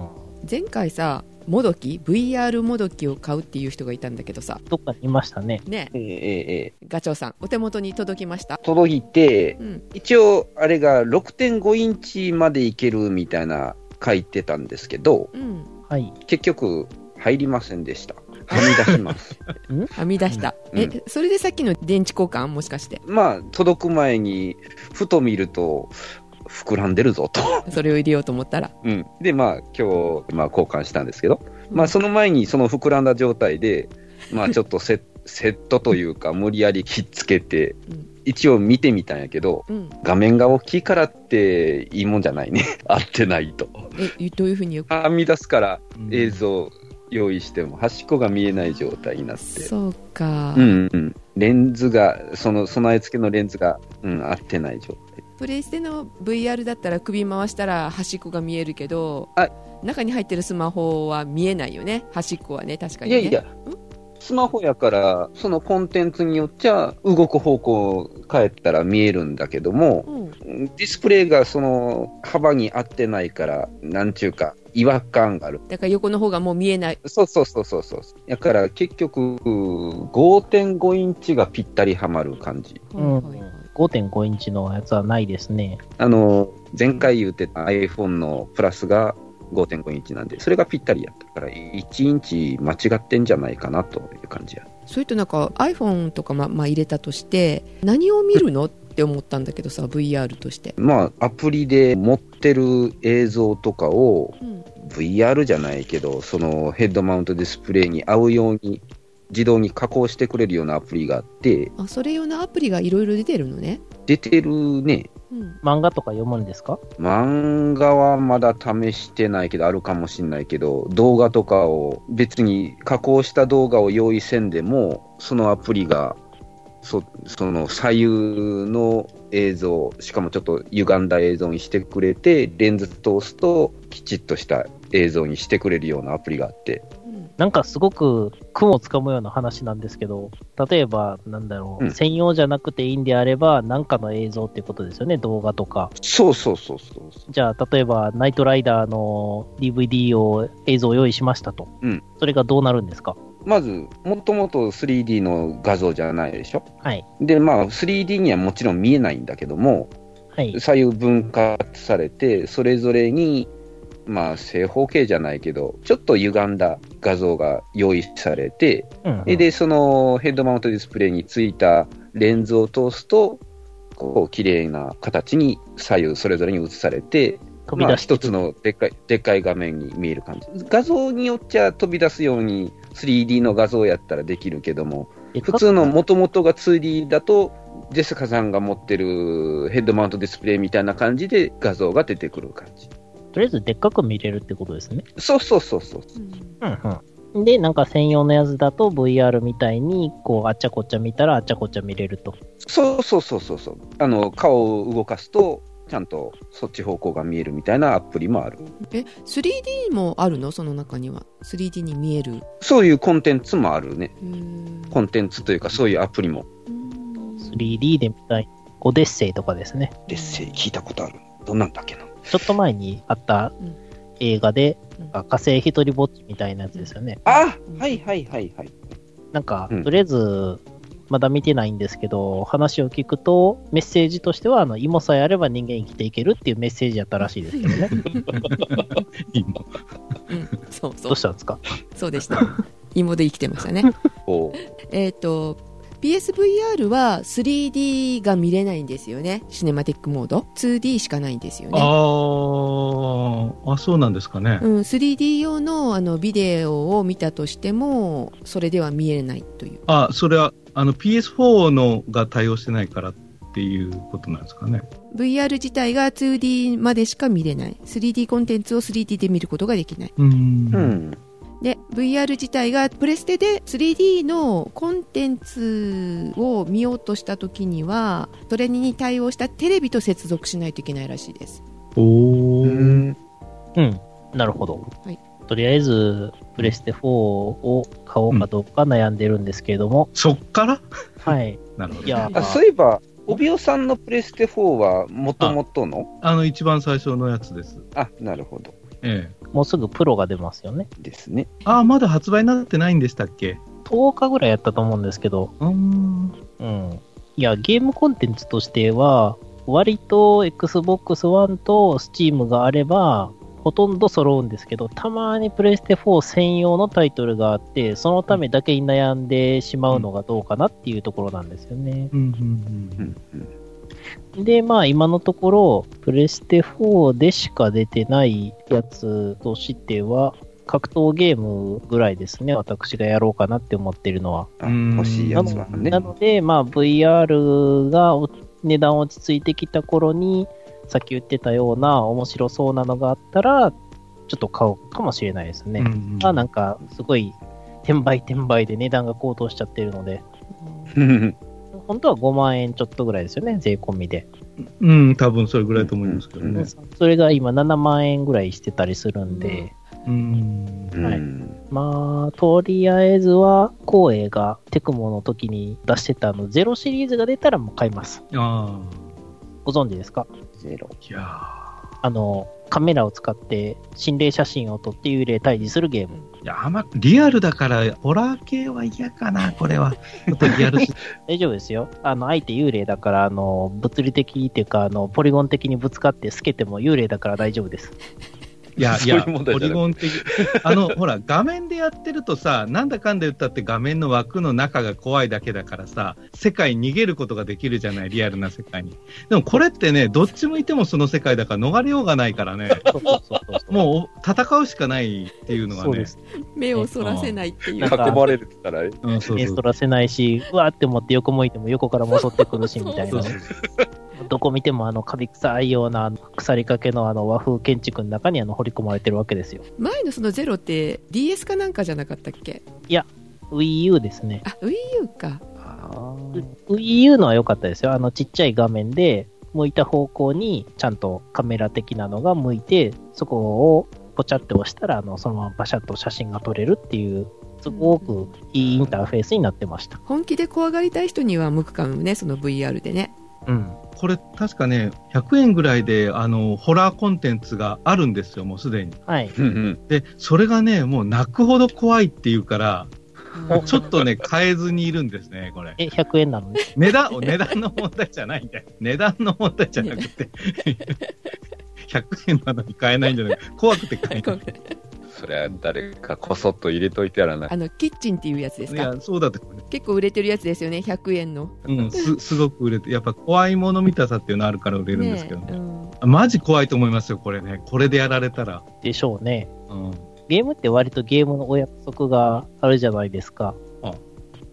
前回さもどき VR もどきを買うっていう人がいたんだけどさ
どっかにいましたね。
ね
ええええ
ガチョウさんお手元に届きました
届いて、
うん
一応、あれが6.5インチまでいけるみたいな書いてたんですけど、
うん
はい。
結局、入りませんでした。はみ出し ます。
はみ出した、
うん
えそれでさっきの電池交換もしかして
まあ、届く前に、ふと見ると、膨らんでるぞと。
それを入れようと思ったら
うん。で、まあ、今日、まあ、交換したんですけど、まあ、その前に、その膨らんだ状態で、まあ、ちょっとセセットというか、無理やりひっつけて
うん、
一応見てみたんやけど、
うん
画面が大きいからっていいもんじゃないね。 合ってないと。
えどういうふうによく
はみ出すから
うん
映像用意しても端っこが見えない状態になって。
そうか、
うんうん。レンズが、その備え付けのレンズが、うん、合ってない状態。
プレイステの VR だったら首回したら端っこが見えるけど、
はい
中に入ってるスマホは見えないよね端っこはね確か
い
に、
や
ね、
いや、スマホやから、そのコンテンツによっちゃ、動く方向を変えたら見えるんだけども、
うん、
うんディスプレイがその幅に合ってないから、なんちゅうか、違和感がある。
だから横の方がもう見えない
そうそうそうそうそう。だから結局、5.5インチがぴったりはまる感じ。
うん
はいはいはい、
5.5インチのやつはないですね。
あの、前回言ってた iPhone のプラスが5.5インチなんで、それがぴったりやったから、1インチ間違ってんじゃないかなという感じや。
それとなんか iPhone とかま、まあ、入れたとして何を見るのって思ったんだけどさ VR として、
まあ、アプリで持ってる映像とかを
うん、
VR じゃないけど、そのヘッドマウントディスプレイに合うように自動に加工してくれるようなアプリがあって、
あそれ用のアプリがいろいろ出てるのね、
出てるね。
うん、
漫画とか読むんですか
漫画はまだ試してないけど、あるかもしんないけど、動画とかを別に加工した動画を用意せんでも、そのアプリが、そその左右の映像、しかもちょっと歪んだ映像にしてくれて、レンズ通すときちっとした映像にしてくれるようなアプリがあって、
うん
なんかすごく雲をつかむような話なんですけど、例えば、なんだろう、
うん
専用じゃなくていいんであれば、なんかの映像っていうことですよね、動画とか。
そうそうそうそう。
じゃあ、例えば、ナイトライダーの DVD を、映像を用意しましたと。
うん
それがどうなるんですか
まず、もともと 3D の画像じゃないでしょ。
はい。
で、まあ、3D にはもちろん見えないんだけども、
はい。
左右分割されて、それぞれに、まあ、正方形じゃないけど、ちょっと歪んだ画像が用意されて、
うん
でで、そのヘッドマウントディスプレイについたレンズを通すと、こう、綺麗な形に左右それぞれに映されて、
飛び
まあ、
出して
一
く
つ
る、
のでっかい、でっかい画面に見える感じ。画像によっちゃ飛び出すように 3D の画像やったらできるけども、
で
普通の元々が 2D だと、ジェシカさんが持ってるヘッドマウントディスプレイみたいな感じで画像が出てくる感じ。
とりあえずでっかく見れるってことですね。
そうそうそうそう。
うん
で、なんか専用のやつだと VR みたいに、こう、あっちゃこっちゃ見たらあっちゃこっちゃ見れると。
そうそうそうそうそう。あの、顔を動かすと、ちゃんとそっち方向が見えるみたいなアプリもある。
え 3D もあるのその中には 3D に見える
そういうコンテンツもあるね。
うーん
コンテンツというか、そういうアプリも。
うーん
3D で見たい。オデッセイとかですね。
デッセイ聞いたことある。どんなんだっけな。
ちょっと前にあった
うん
映画で、
うん
あ火星一人ぼっちみたいなやつですよね。
あはいはいはいはい。
なんか
うん、
とりあえず、まだ見てないんですけど、話を聞くと、メッセージとしては、あの、芋さえあれば人間生きていけるっていうメッセージやったらしいですけ どね。
今。
うんそうそ
どう
う
したんですか
そうでした芋で生きてましたね
おう
えっ、と PSVR は 3D が見れないんですよねシネマティックモード 2D しかないんですよね
あーあ、そうなんですかね
う。ん、3D 用のあのビデオを見たとしてもそれでは見えないという
あそれはあの PS4 のが対応してないからっていうことなんですかね。
VR 自体が 2D までしか見れない 3D コンテンツを 3D で見ることができない
うん
うん。
で VR 自体がプレステで 3D のコンテンツを見ようとした時にはそれに対応したテレビと接続しないといけないらしいです
お
う
ー
ん。
うん。なるほど。
はい
とりあえず、プレステ4を買おうかどうか悩んでるんですけれども、
そっから
はい。
なるほど。
いや
あそういえば、帯尾さんのプレステ4はもともとの
あの一番最初のやつです。
あ、なるほど。
ええ。
もうすぐプロが出ますよね。
ですね。
あまだ発売になってないんでしたっけ
10日ぐらいやったと思うんですけど、
うーん。
うん。いや、ゲームコンテンツとしては、割と Xbox One と Steam があれば、ほとんど揃うんですけど、たまにプレステ4専用のタイトルがあって、そのためだけに悩んでしまうのがどうかなっていうところなんですよね。
うんう
う
んうん
んうん
で、まあ今のところ、プレステ4でしか出てないやつとしては、格闘ゲームぐらいですね、私がやろうかなって思ってるのは。
あ
うん
欲しいやつはね
な。ので、まあ、VR がお値段落ち着いてきた頃に、さっき言ってたような面白そうなのがあったら、ちょっと買おうかもしれないですね。
うんうん
まあ、なんか、すごい、転売転売で値段が高騰しちゃってるので、本当は5万円ちょっとぐらいですよね、税込みで。
うん、多分それぐらいと思いますけど
う
ね
ん。
それが今7万円ぐらいしてたりするんで、
うん。
うん
はいまあ、とりあえずは、光栄がテクモの時に出してたあの、ゼロシリーズが出たらもう買います。
あ
ご存知ですか
ゼロ。
あ。いや
あの、カメラを使って心霊写真を撮って幽霊退治するゲーム。
ーいや、あんま、リアルだから、ホラー系は嫌かな、これは。ちょっとリア ルし、
大丈夫ですよ。あの、相手幽霊だから、あの、物理的っていうか、あの、ポリゴン的にぶつかって透けても幽霊だから大丈夫です。
いや、い
そうい
や、
う問
ポ
題じゃなくて
リゴン的。あの、ほら、画面でやってるとさ、なんだかんだ言ったって画面の枠の中が怖いだけだからさ、世界に逃げることができるじゃない、リアルな世界に。でもこれってね、どっち向いてもその世界だから逃れようがないからね、
そうそうそうそう。う、
もう戦うしかないっていうのが
そう
ね
で、す。
目をそらせないってい
な
うん
か
囲まれるって言ったら、
うん、そう
目
そう
そらせないし、うわーって思って横向いても横からも襲ってくるし、みたい
そう
な
そ。う
どこ見てもあの、カビ臭いような、あの腐りかけのあの、和風建築の中にあの、掘り込まれてるわけですよ。
前のそのゼロって DS かなんかじゃなかったっけ
Wii U ですね。
あ WiiU か
あ
Wii U のは良かったですよ。あのちっちゃい画面で、向いた方向にちゃんとカメラ的なのが向いて、そこをポチャって押したら、あの、そのままバシャッと写真が撮れるっていう、すごくいいインターフェースになってました。
本気で怖がりたい人には向くかもね、その VR でね。
うん。
これ確かね、100円ぐらいで、あの、ホラーコンテンツがあるんですよ、もうすでに。
はい。
うんうん。
で、それがね、もう泣くほど怖いっていうから、
うん
ちょ っとね、変えずにいるんですね、これ。
え、100円なのに。
値段、値段の問題じゃないんだよ。 値段の問題じゃなくて。100円なのに買えないんじゃない怖くて買えない。
それは誰かこそっと入れといてやらない
あの、キッチンっていうやつです
い
か。
や、そうだと思うね。
結構売れてるやつですよね、100円の。
うん、す、すごく売れて、やっぱ怖いもの見たさっていうのあるから売れるんですけど
ねえ
ね。
うん
マジ怖いと思いますよ、これね。これでやられたら。
でしょうね。
うん。
ゲームって割とゲームのお約束があるじゃないですか
うん。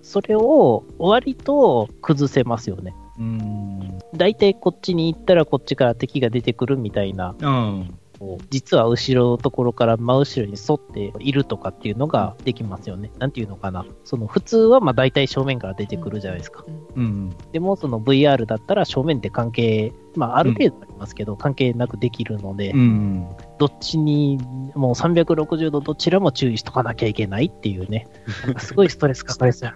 それを割と崩せますよね。
うん。
大体こっちに行ったらこっちから敵が出てくるみたいな、
うん。
こう実は後ろのところから真後ろに沿っているとかっていうのができますよね。なんていうのかな。その普通はまあ大体正面から出てくるじゃないですか。
うん。
でもその VR だったら正面で関係、まあある程度ありますけど、関係なくできるので、
うん。
どっちに、もう360度どちらも注意しとかなきゃいけないっていう ね。なんかすごいストレスかかりそうや。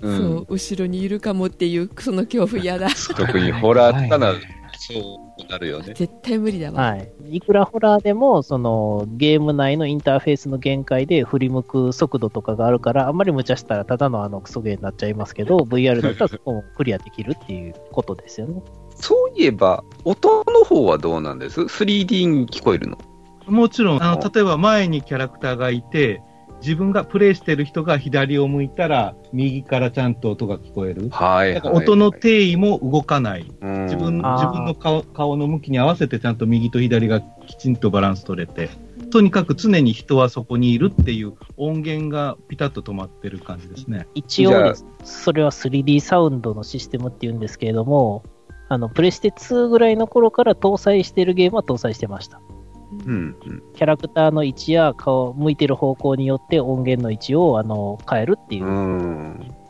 う
そ
ん
う、後ろにいるかもっていう、その恐怖嫌だ。
特にホラーってな
はい
そうなるよね
絶対無理だわ。
はい。いくらホラーでも、その、ゲーム内のインターフェースの限界で振り向く速度とかがあるから、あんまり無茶したらただのあのクソゲーになっちゃいます けど、VR だったらそこもクリアできるっていうことですよね。
そういえば音の方はどうなんです 3D に聞こえるの
もちろん、あ
お
の、例えば前にキャラクターがいて、自分がプレイしてる人が左を向いたら、右からちゃんと音が聞こえる。
はい
だから音の定位も動かない。
自
自分
あー
自分の顔顔の向きに合わせてちゃんと右と左がきちんとバランス取れて、とにかく常に人はそこにいるっていう音源がピタッと止まってる感じですね。
一
じゃ
応
あ、
それは 3D サウンドのシステムっていうんですけれども、あの、プレステ2ぐらいの頃から搭載してるゲームは搭載してました。
うんうん
キャラクターの位置や顔、向いてる方向によって音源の位置を、あの、変えるっていう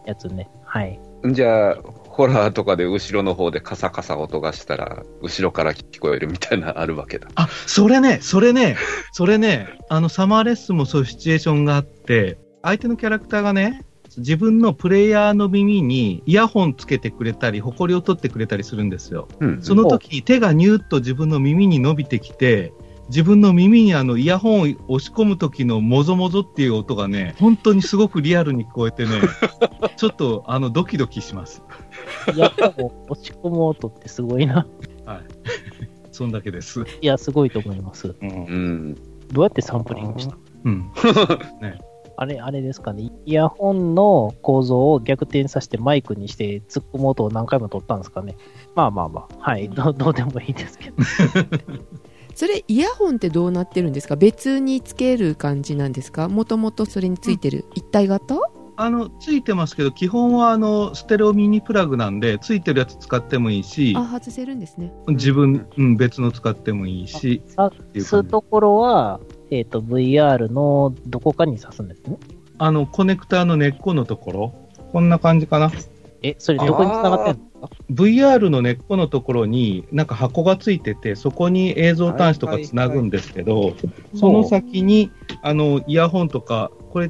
やつね。 はい。
うんじゃあホラーとかで後ろの方でカサカサ音がしたら後ろから聞こえるみたいなのあるわけだ
あ、それね、それね、それね、あの、サマーレッスンもそういうシチュエーションがあって、相手のキャラクターがね、自分のプレイヤーの耳にイヤホンつけてくれたり、ホコリを取ってくれたりするんですよ。
うん
その時に手がニューッと自分の耳に伸びてきて、自分の耳にあのイヤホンを押し込む時のもぞもぞっていう音がね、本当にすごくリアルに聞こえて ね、ちょっとあのドキドキします。
やっぱもう落ち込む音ってすごいな。
そんだけです。
いや、すごいと思います。
うん。
うん
どうやってサンプリングした
うん。
あれ、あれですかね。イヤホンの構造を逆転させてマイクにして突っ込む音を何回も取ったんですかね。まあまあまあ。はい。どう どうでもいいですけど。
それ、イヤホンってどうなってるんですか別につける感じなんですかもともとそれについてる一体型
あの、ついてますけど、基本はあの、ステレオミニプラグなんで、ついてるやつ使ってもいいし
あ、、外せるんですね。
自分、うん、別の使ってもいいし、
さ
っていう感じ
すところは、えっ、と、VR のどこかに刺すんですね。
あの、コネクターの根っこのところ、こんな感じかな。
え、それどこに繋がってんの
VR の根っこのところに、なんか箱がついてて、そこに映像端子とかつなぐんですけど、その先にあのイヤホンとか、これ、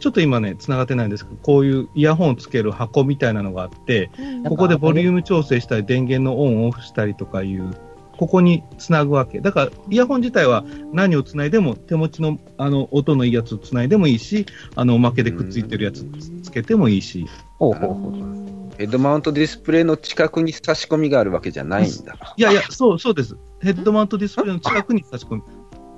ちょっと今ね、つながってないんですけど、こういうイヤホンをつける箱みたいなのがあって、
なんか
ここでボリューム調整したり、電源のオンオフしたりとかいう、ここにつなぐわけ。だから、イヤホン自体は何をつないでも、手持ちのあの音のいいやつをつないでもいいし、あのおまけでくっついてるやつつけてもいいし、
ほう
なる
ほ
ほど
うん
ヘッドマウントディスプレイの近くに差し込みがあるわけじゃないんだ
いやいや、そう、そうです。ヘッドマウントディスプレイの近くに差し込む。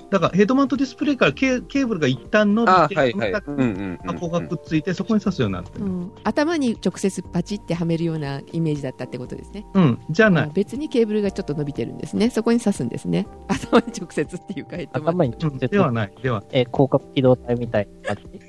だから、ヘッドマウントディスプレイからケーケーブルが一旦伸
あー
びて、
はいはい
また
うんうんうん
箱がくっついて、そこに刺すようになっ
う
てる。
ん頭に直接パチってはめるようなイメージだったってことですね。
うん、じゃ
あ
ない。
別にケーブルがちょっと伸びてるんですね。そこに刺すんですね。頭に直接っていうか、ヘッドマウント
頭に
う
直
ん
接、
ではない。では、
え、広角機動隊みたいな感じ。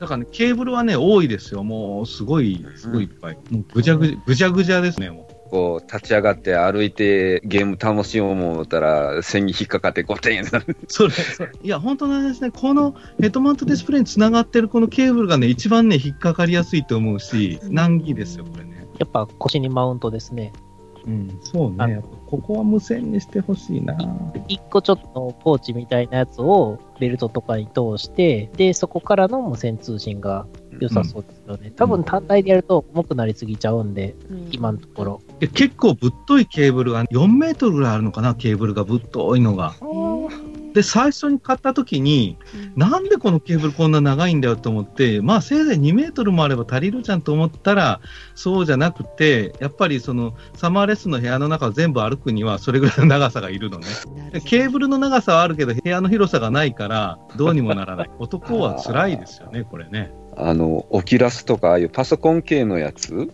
だからね、ケーブルはね、多いですよ。もう、すごい、すごいいっぱい。もう、ぐじゃぐじゃ、ぐじゃぐじゃですね、もう。
こう立ち上がって歩いてゲーム楽しよう思ったら線に引っかかってゴテンなる
それ、それいや、本当の話ね、このヘッドマウントディスプレイにつながってるこのケーブルがね、一番ね、引っかかりやすいと思うし、難儀ですよ、これね。
やっぱ腰にマウントですね。
うん、そう
あ
ね。やっぱここは無線にしてほしいな。
一個ちょっとポーチみたいなやつをベルトとかに通して、で、そこからの無線通信が良さそうですよね。多分単体でやると重くなりすぎちゃうんで、今のところ。
で結構ぶっといケーブルが、4メートルぐらいあるのかな、ケーブルがぶっといのが。で、最初に買った時に、なんでこのケーブルこんな長いんだよと思って、まあせいぜい2メートルもあれば足りるじゃんと思ったら、そうじゃなくて、やっぱりそのサマーレスの部屋の中を全部歩くにはそれぐらいの長さがいるのね。でケーブルの長さはあるけど、部屋の広さがないから、どうにもならない。男は辛いですよね、これね。
あの、オキュラスとか、ああいうパソコン系のやつ、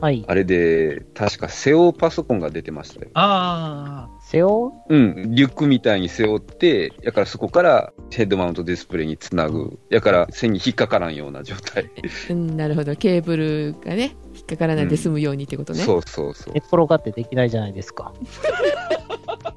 はい。
あれで、確かセオパソコンが出てましたよ。
あ
セオ
うん、リュックみたいに背負って、やからそこからヘッドマウントディスプレイにつなぐ、やから線に引っかからんような状態。
うん、なるほど。ケーブルがね、引っかからないで済むようにってことね。
そうそうそう
寝。転がってできないじゃないですか。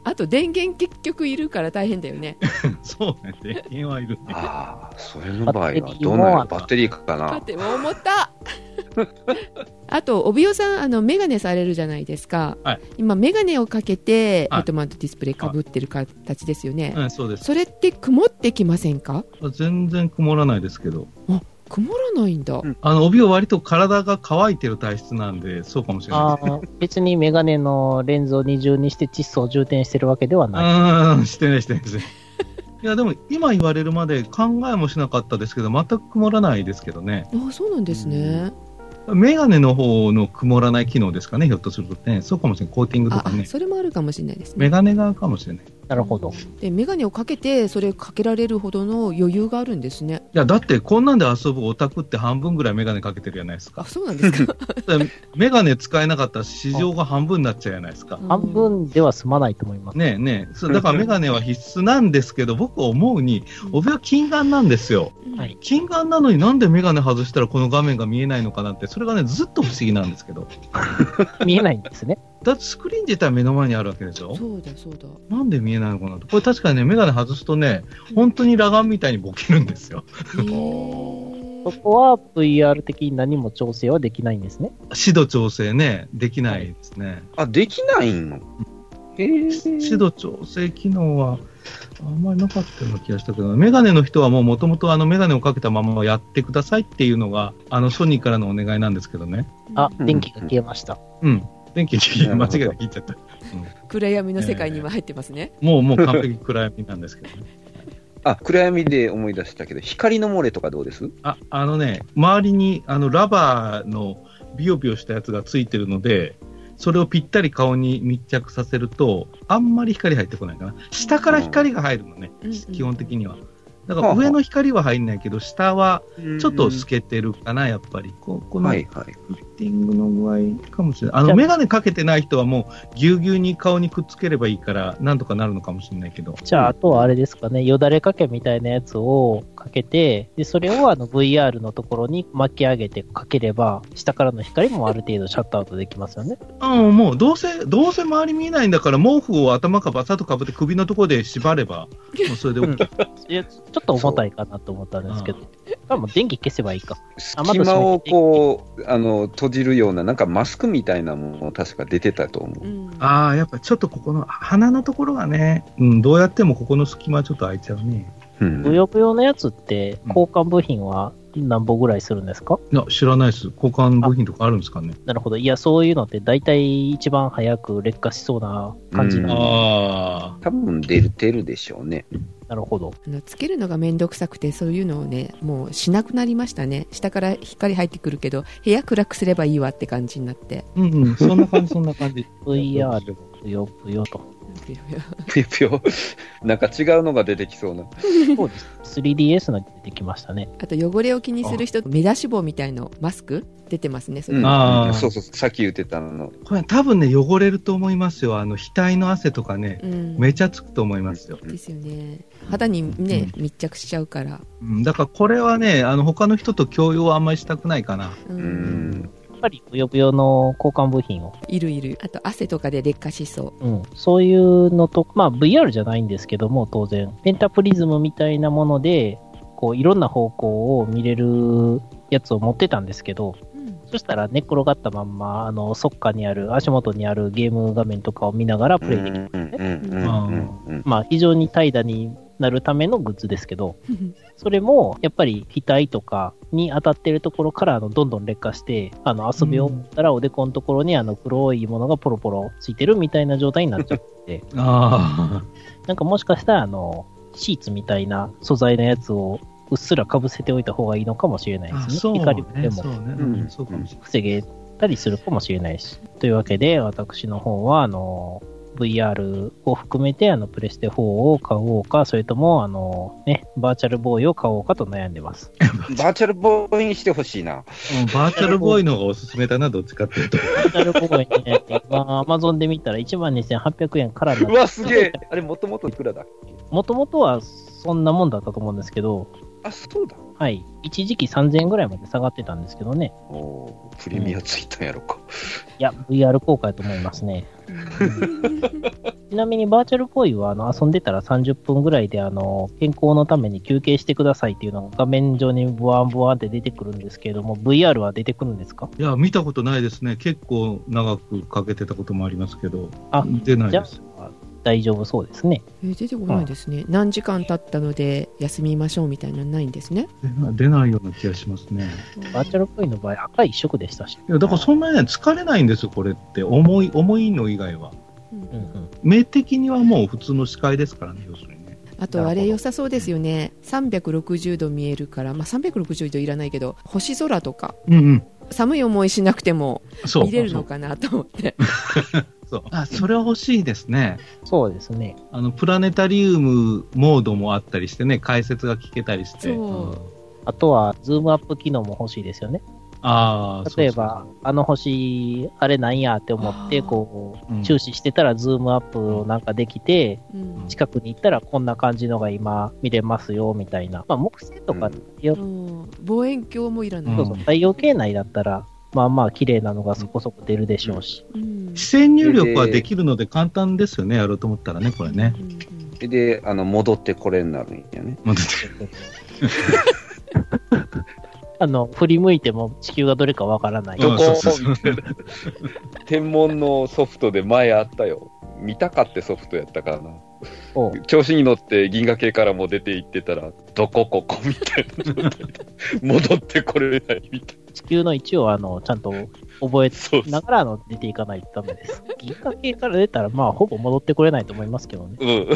あと電源結局いるから大変だよね。
あ、そうね、電源はいるね。
ああ、それの場合は
バッテリーも
どうな
あ
る
る
バッテリーか
待
な
っ。て、もう思った。 あと、帯尾さん、あの、メガネされるじゃないですか。
はい
今、メガネをかけて、
はい
ヘッドマウントディスプレイかぶってる形ですよね。
うん、そうです。
それって曇ってきませんか
全然曇らないですけど。
曇らないんだ。
あの、帯は割と体が乾いてる体質なんで、そうかもしれ
あ
な
ー別にメガネのレンズを二重にして窒素を充填してるわけではいない。
です。うーん、してね、してね、してね。い や、でも今言われるまで考えもしなかったですけど、全く曇らないですけどね。
あそうなんですね。
メガネの方の曇らない機能ですかね、ひょっとするとね。そうかもしれない。コーティングと
あ
かね。
それもあるかもしれないです
メ
ね。
ガネ側かもしれない。い
なるほど。
で、メガネをかけて、それかけられるほどの余裕があるんですね。
や、だってこんなんで遊ぶオタクって半分ぐらいメガネかけてるじゃないです
あ、
か。
そうなんですか。
メガネ使えなかったら市場が半分になっちゃうじゃないですか。
半分では済まないと思います。
ねえねえ。そうだからメガネは必須なんですけど、僕思うに、帯は近眼なんですよ。
うん。
はい
近眼なのになんでメガネ外したらこの画面が見えないのかなって、それがね、ずっと不思議なんですけど。
見えないんですね。
だってスクリーン自体目の前にあるわけでしょ
そうだ、そうだ。
なんで見えないのかなって。これ確かにね、メガネ外すとね、本当に裸眼みたいにボケるんですよ。
へー
そこは VR 的に何も調整はできないんですね。
視度調整ね、できないですね。
あ、できないのえー
視度調整機能は、あんまりなかったような気がしたけど、メガネの人はもうもともとあのメガネをかけたままやってくださいっていうのが、あのソニーからのお願いなんですけどね。
あ、
うん
電気が消えました。
うん。電気
なる
間
ほ
違
ど
えて聞いちゃった。
暗闇の世界に今入ってますね。
もうもう完璧暗闇なんですけ どね。
あ、暗闇で思い出したけど、光の漏れとかどうです
ああのね、周りにあのラバーのビヨビヨしたやつがついてるので、それをぴったり顔に密着させると、あんまり光入ってこないかな。下から光が入るのね、
うんうん
基本的には。だから上の光は入んないけど、下はちょっと透けてるかな、やっぱり。ここの
は
フ
い
ィ
はい。
ッティングの具合かもしれない。
じ
あ
ゃ
の、
あ
メガネかけてない人はもう、ぎゅうぎゅうに顔にくっつければいいから、なんとかなるのかもしれないけど。
じゃあ、あとはあれですかね、よだれかけみたいなやつをかけて、で、それをあの VR のところに巻き上げてかければ、下からの光もある程度シャットアウトできますよね。
うん、もう、どうせ、どうせ周り見えないんだから、毛布を頭かバサッとかぶって首のところで縛れば、もうそれで OK
いや、ちょっと重たいかなと思ったんですけど。まあもう電気消せばいいか。
隙間をこう、あの、閉じるような、なんかマスクみたいなもの確か出てたと思う。
うん
ああ、やっぱちょっとここの鼻のところがね、うん、どうやってもここの隙間ちょっと開いちゃうね。
うん
ブヨブヨのやつって、
うん
交換部品は何本ぐらいするんですか、
いや、知らないです。交換部品とかあるんですかね。
なるほど。いや、そういうのって大体一番早く劣化しそうな感じな
あ
んで、
あ
多分出る出るでしょうね。
なるほど。
あのつけるのが面倒くさくてそういうのをねもうしなくなりましたね下から光入ってくるけど部屋暗くすればいいわって感じになって
あ。うんうん、そんな感じ、そん な感じ。
VR ブヨブヨと。
ぷよぷよ。 なんか違うのが出てきそうな。
そうです。3DS の出てきましたね。
あと汚れを気にする人目出し帽みたいのマスク出てますねそれ、
うん
あー
そうそう、さっき言ってたの。
これ多分ね、汚れると思いますよ。あの、額の汗とかね、
うん
めちゃつくと思いますよ。
ですよね肌にね、密着しちゃうから
うん、だからこれはね、あの、他の人と共用はあんまりしたくないかな。
う
うんん。
やっぱりブヨブヨの交換部品を。
いるいるあと汗とかで劣化しそ
うん。そういうのと、まあ VR じゃないんですけども、当然。ペンタプリズムみたいなもので、こう、いろんな方向を見れるやつを持ってたんですけど、
う、うん
そしたら寝転がったまんま、あの、そっかにある、足元にあるゲーム画面とかを見ながらプレイできる。まあ、非常に怠惰になるためのグッズですけど、それも、やっぱり、額とかに当たってるところから、あの、どんどん劣化して、あの、遊び終わったら、おでこのところに、あの、黒いものがポロポロついてるみたいな状態になっちゃう。
あ
なんかもしかしたら、あの、シーツみたいな素材のやつを、うっすら被せておいた方がいいのかもしれないです
あ、
ね。
そうね
光で。も
そうね。
うん
うんそうかもしれ
防げたりするかもしれないし。というわけで、私の方は、あの、VR を含めて、あの、プレステ4を買おうか、それとも、あの、ね、バーチャルボーイを買おうかと悩んでます。
バーチャルボーイにしてほしいな。
ない。うんバーチャルボーイの方がおすすめだな、どっちかっていうと。
バーチャルボーイにね、今、Amazon で見たら12,800円から
う
な、
わ、すげえ。あれ、もともといくらだ
もともとはそんなもんだったと思うんですけど、
あ、そうだ。
はい、一時期3000円ぐらいまで下がってたんですけどね。
おープレミアついたんやろか。
いや、VR 効果やと思いますね。ちなみにバーチャルボーイはあの遊んでたら30分ぐらいであの健康のために休憩してくださいっていうのが画面上にブワンブワンって出てくるんですけれども VR は出てくるんですか
いや、見たことないですね。結構長くかけてたこともありますけど、
あ
出ないです。
大丈夫そうですね。
えー出てこないですね、何時間経ったので休みましょうみたいなのないんですね
出な出ないような気がしますね。
バーチャルボーイの場合赤一色でしたし。
いや、だからそんなにね疲れないんですよ、これって。重い、重いの以外は。
うん
うんうん、
目的にはもう普通の視界ですからね、要するにね。
あとあれ良さそうですよね360度見えるから、まあ、360度いらないけど星空とか
うんうん。
寒い思いしなくても
そう。
見れるのかなと思って
そうあ、それは欲しいですね。
そうですね。
あの、プラネタリウムモードもあったりしてね、解説が聞けたりし
そ
て。
う
うん
あとはズームアップ機能も欲しいですよね。
ああ、
例えばあの星あれなんやって思って
あー
こ
うん
う注視してたらズームアップなんかできて、
うん
近くに行ったらこんな感じのが今見れますよみたいな、まあ、木星とか、
うん
よ
うん望遠鏡もいらない、
うん
そうそう太陽系内だったら、まあまあ綺麗なのがそこそこ出るでしょう し、
うん
視線入力はできるので簡単ですよね、やろうと思ったらね、これね。
うん
で、あの、戻ってこれになるんやね。
まあだって
あの振り向いても地球がどれかわからない、
う
ど
ん
こ
そうそうそう
みたいな 天文のソフトで前あったよ。見たかってソフトやったからな。
を
調子に乗って銀河系からも出て行ってたら、どこここみたいな状態 で戻ってこれないみたいな。
地球の位置をあのちゃんと覚え
そうそ
な
う。
がらあの出ていかないとダメです。銀河系から出たら、まあ、ほぼ戻ってこれないと思いますけどね。
うん。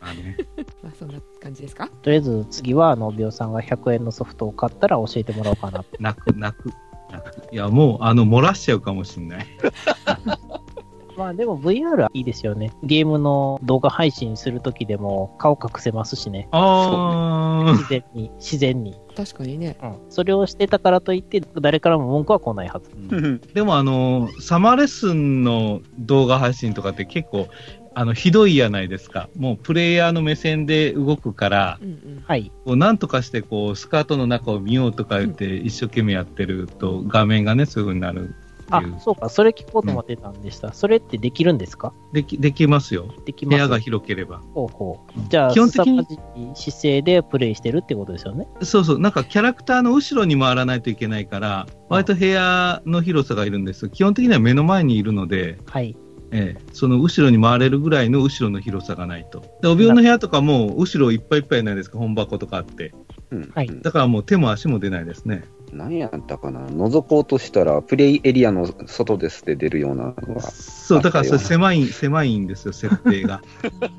まあね
まあそんな感じですか
とりあえず、次は、あの、びょうさんが100円のソフトを買ったら教えてもらおうかな。
泣く、泣く、泣く。いや、もう、あの、漏らしちゃうかもしれない。
まあでも VR はいいですよね。ゲームの動画配信するときでも顔隠せますしね。
あ
自然に、自然に。
確かにね
それをしてたからといって、誰からも文句は来ないはず。
あ。でも、あの、サマーレッスンの動画配信とかって結構、あの、ひどいやないですか。もう、プレイヤーの目線で動くから、
うんうん
はい。
こうなんとかして、こう、スカートの中を見ようとか言って、一生懸命やってると、画面がね、そういう風になるって
あ
い、う。
そうか、それ聞こうと思ってたんでした。それってできるんですか
でき、できますよ。
でき
部
ま
屋
す
が広ければ。
ほうほう。じゃあ、
基本的に
すさまじい姿勢でプレイしてるってことですよね。
そうそう、なんかキャラクターの後ろに回らないといけないから、割と部屋の広さがいるんですよ基本的には目の前にいるので、
はい。
ええ、その後ろに回れるぐらいの後ろの広さがないと。で、お病の部屋とかも後ろいっぱいいっぱいないですか、本箱とかあって。
うん
はい
うん
だからもう手も足も出ないですね。
何やったかな覗こうとしたら、プレイエリアの外ですって出るようなのが。
そう、だからそ
あ
れ
ったよ
狭い、狭いんですよ、設定が。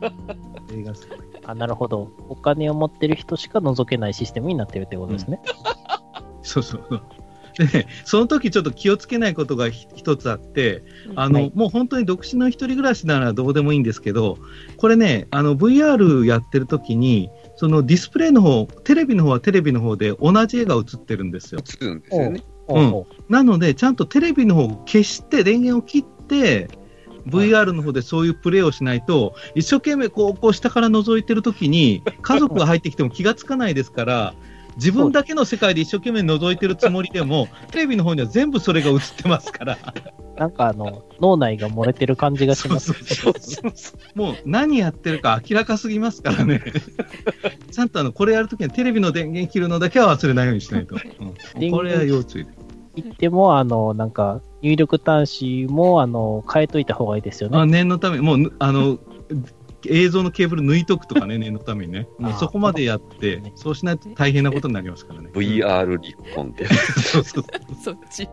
設定がすごい
あ、なるほど。お金を持ってる人しか覗けないシステムになってるってことですね。
そうそう そう。でね、その時ちょっと気をつけないことがひ一つあって、
うん
あの、
はい
もう本当に独身の一人暮らしならどうでもいいんですけど、これね、あの VR やってる時に、そのディスプレイの方、テレビの方はテレビの方で同じ絵が映ってるんですよ。
映るんですよね。
ほうほう
なので、ちゃんとテレビの方を消して、電源を切って、VR の方でそういうプレイをしないと、一生懸命こう、こう下から覗いてるときに、家族が入ってきても気がつかないですから、自分だけの世界で一生懸命覗いてるつもりでも、テレビの方には全部それが映ってますから、
なんかあの、脳内が漏れてる感じがします。
そう そうそうもう何やってるか明らかすぎますからね、ちゃんとあのこれやるときはテレビの電源切るのだけは忘れないようにしないと、うんこれは要注意
行って も、あの、なんか、入力端子も、あの、変えといた方がいいですよね。
あ念のため、もうぬ、あの、映像のケーブル抜いとくとか ね、念のためにね。もう
あー
そこまでやって、そうしないと大変なことになりますから ね。
VR 離婚って。
そうそう
そっち。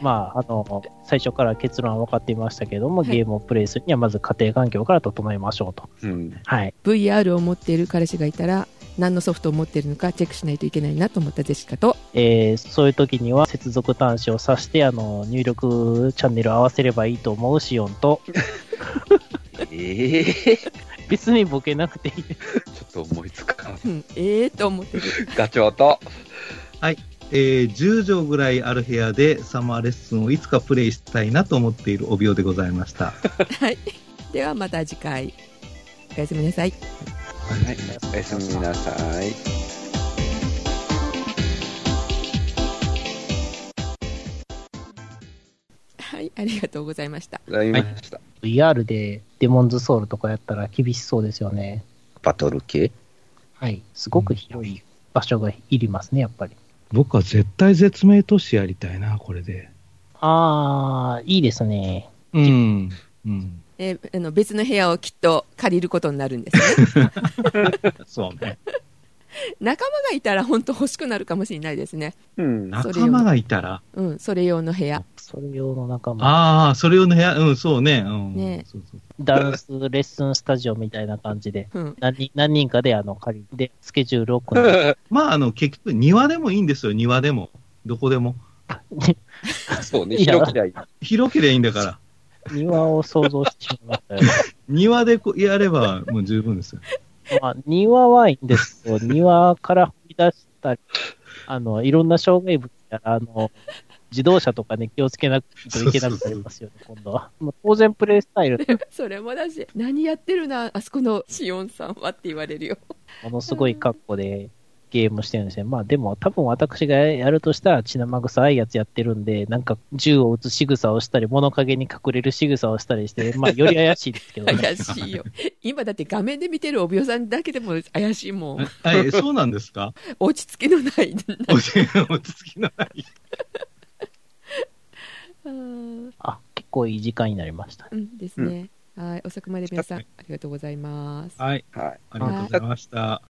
まあ、あの、最初から結論は分かっていましたけども、
はい
ゲームをプレイするには、まず家庭環境から整えましょうと。
うん。
はい。
VR を持っている彼氏がいたら、何のソフトを持っているのかチェックしないといけないなと思ったジェシカと、
えーそういう時には、接続端子を挿して、あの、入力チャンネルを合わせればいいと思うシオンと、
ええ
別にボケなくてい い。
ちょっと思いつかん。
うんええーと思 ってる。
ガチョウと。
えー10畳ぐらいある部屋でサマーレッスンをいつかプレイしたいなと思っているお病でございました。
はい。ではまた次回。おやすみなさい。
はい。おやすみなさい。
はい、ありがとうございました。
ございました。
VR でデモンズソウルとかやったら厳しそうですよね。
バトル系
はい。すごく広い場所がいりますね、やっぱり。
僕は絶対絶命都市やりたいな、これで。
あー、いいですね。
うん。うん。
えーあの別の部屋をきっと借りることになるんですね。
そうね。
仲間がいたら本当欲しくなるかもしれないですね。
うん。
それ
仲間がいたら。
うん、それ用の部屋。
それ用の仲間。
ああ、それ用の部屋、うん、そうね。うん。
ね
そうそう
ダンスレッスンスタジオみたいな感じで、
うん、
何人何人かであの借りて、スケジュールを組んで、
まあ、あの、結局、庭でもいいんですよ、庭でも。どこでも。
そうね。
いや
広きゃいい。
広ければいいんだから。
庭を想像してしまいましたよ。
庭でこうやればもう十分ですよ。
まあ、庭はいいんですけど、庭から掘り出したり、あの、いろんな障害物やら、あの、自動車とかね、気をつけなくていけなくなりますよね、今度は。もう当然プレイスタイル、
それもだし、何やってるな、あそこのシオンさんはって言われるよ。
ものすごい格好でゲームしてるんですね。まあでも、多分私がやるとしたら血生臭いやつやってるんで、なんか銃を撃つ仕草をしたり、物陰に隠れる仕草をしたりして、まあより怪しいですけど ね。
怪しいよ。今だって画面で見てるおびおさんだけでも怪しいもん。
はい、そうなんですか
落ち着きの ない。
落ち着きのない。
うん
あ、結構いい時間になりました。
うんですね。はい、遅くまで皆さんありがとうございます。
はい、
はい。
ありがとうございました。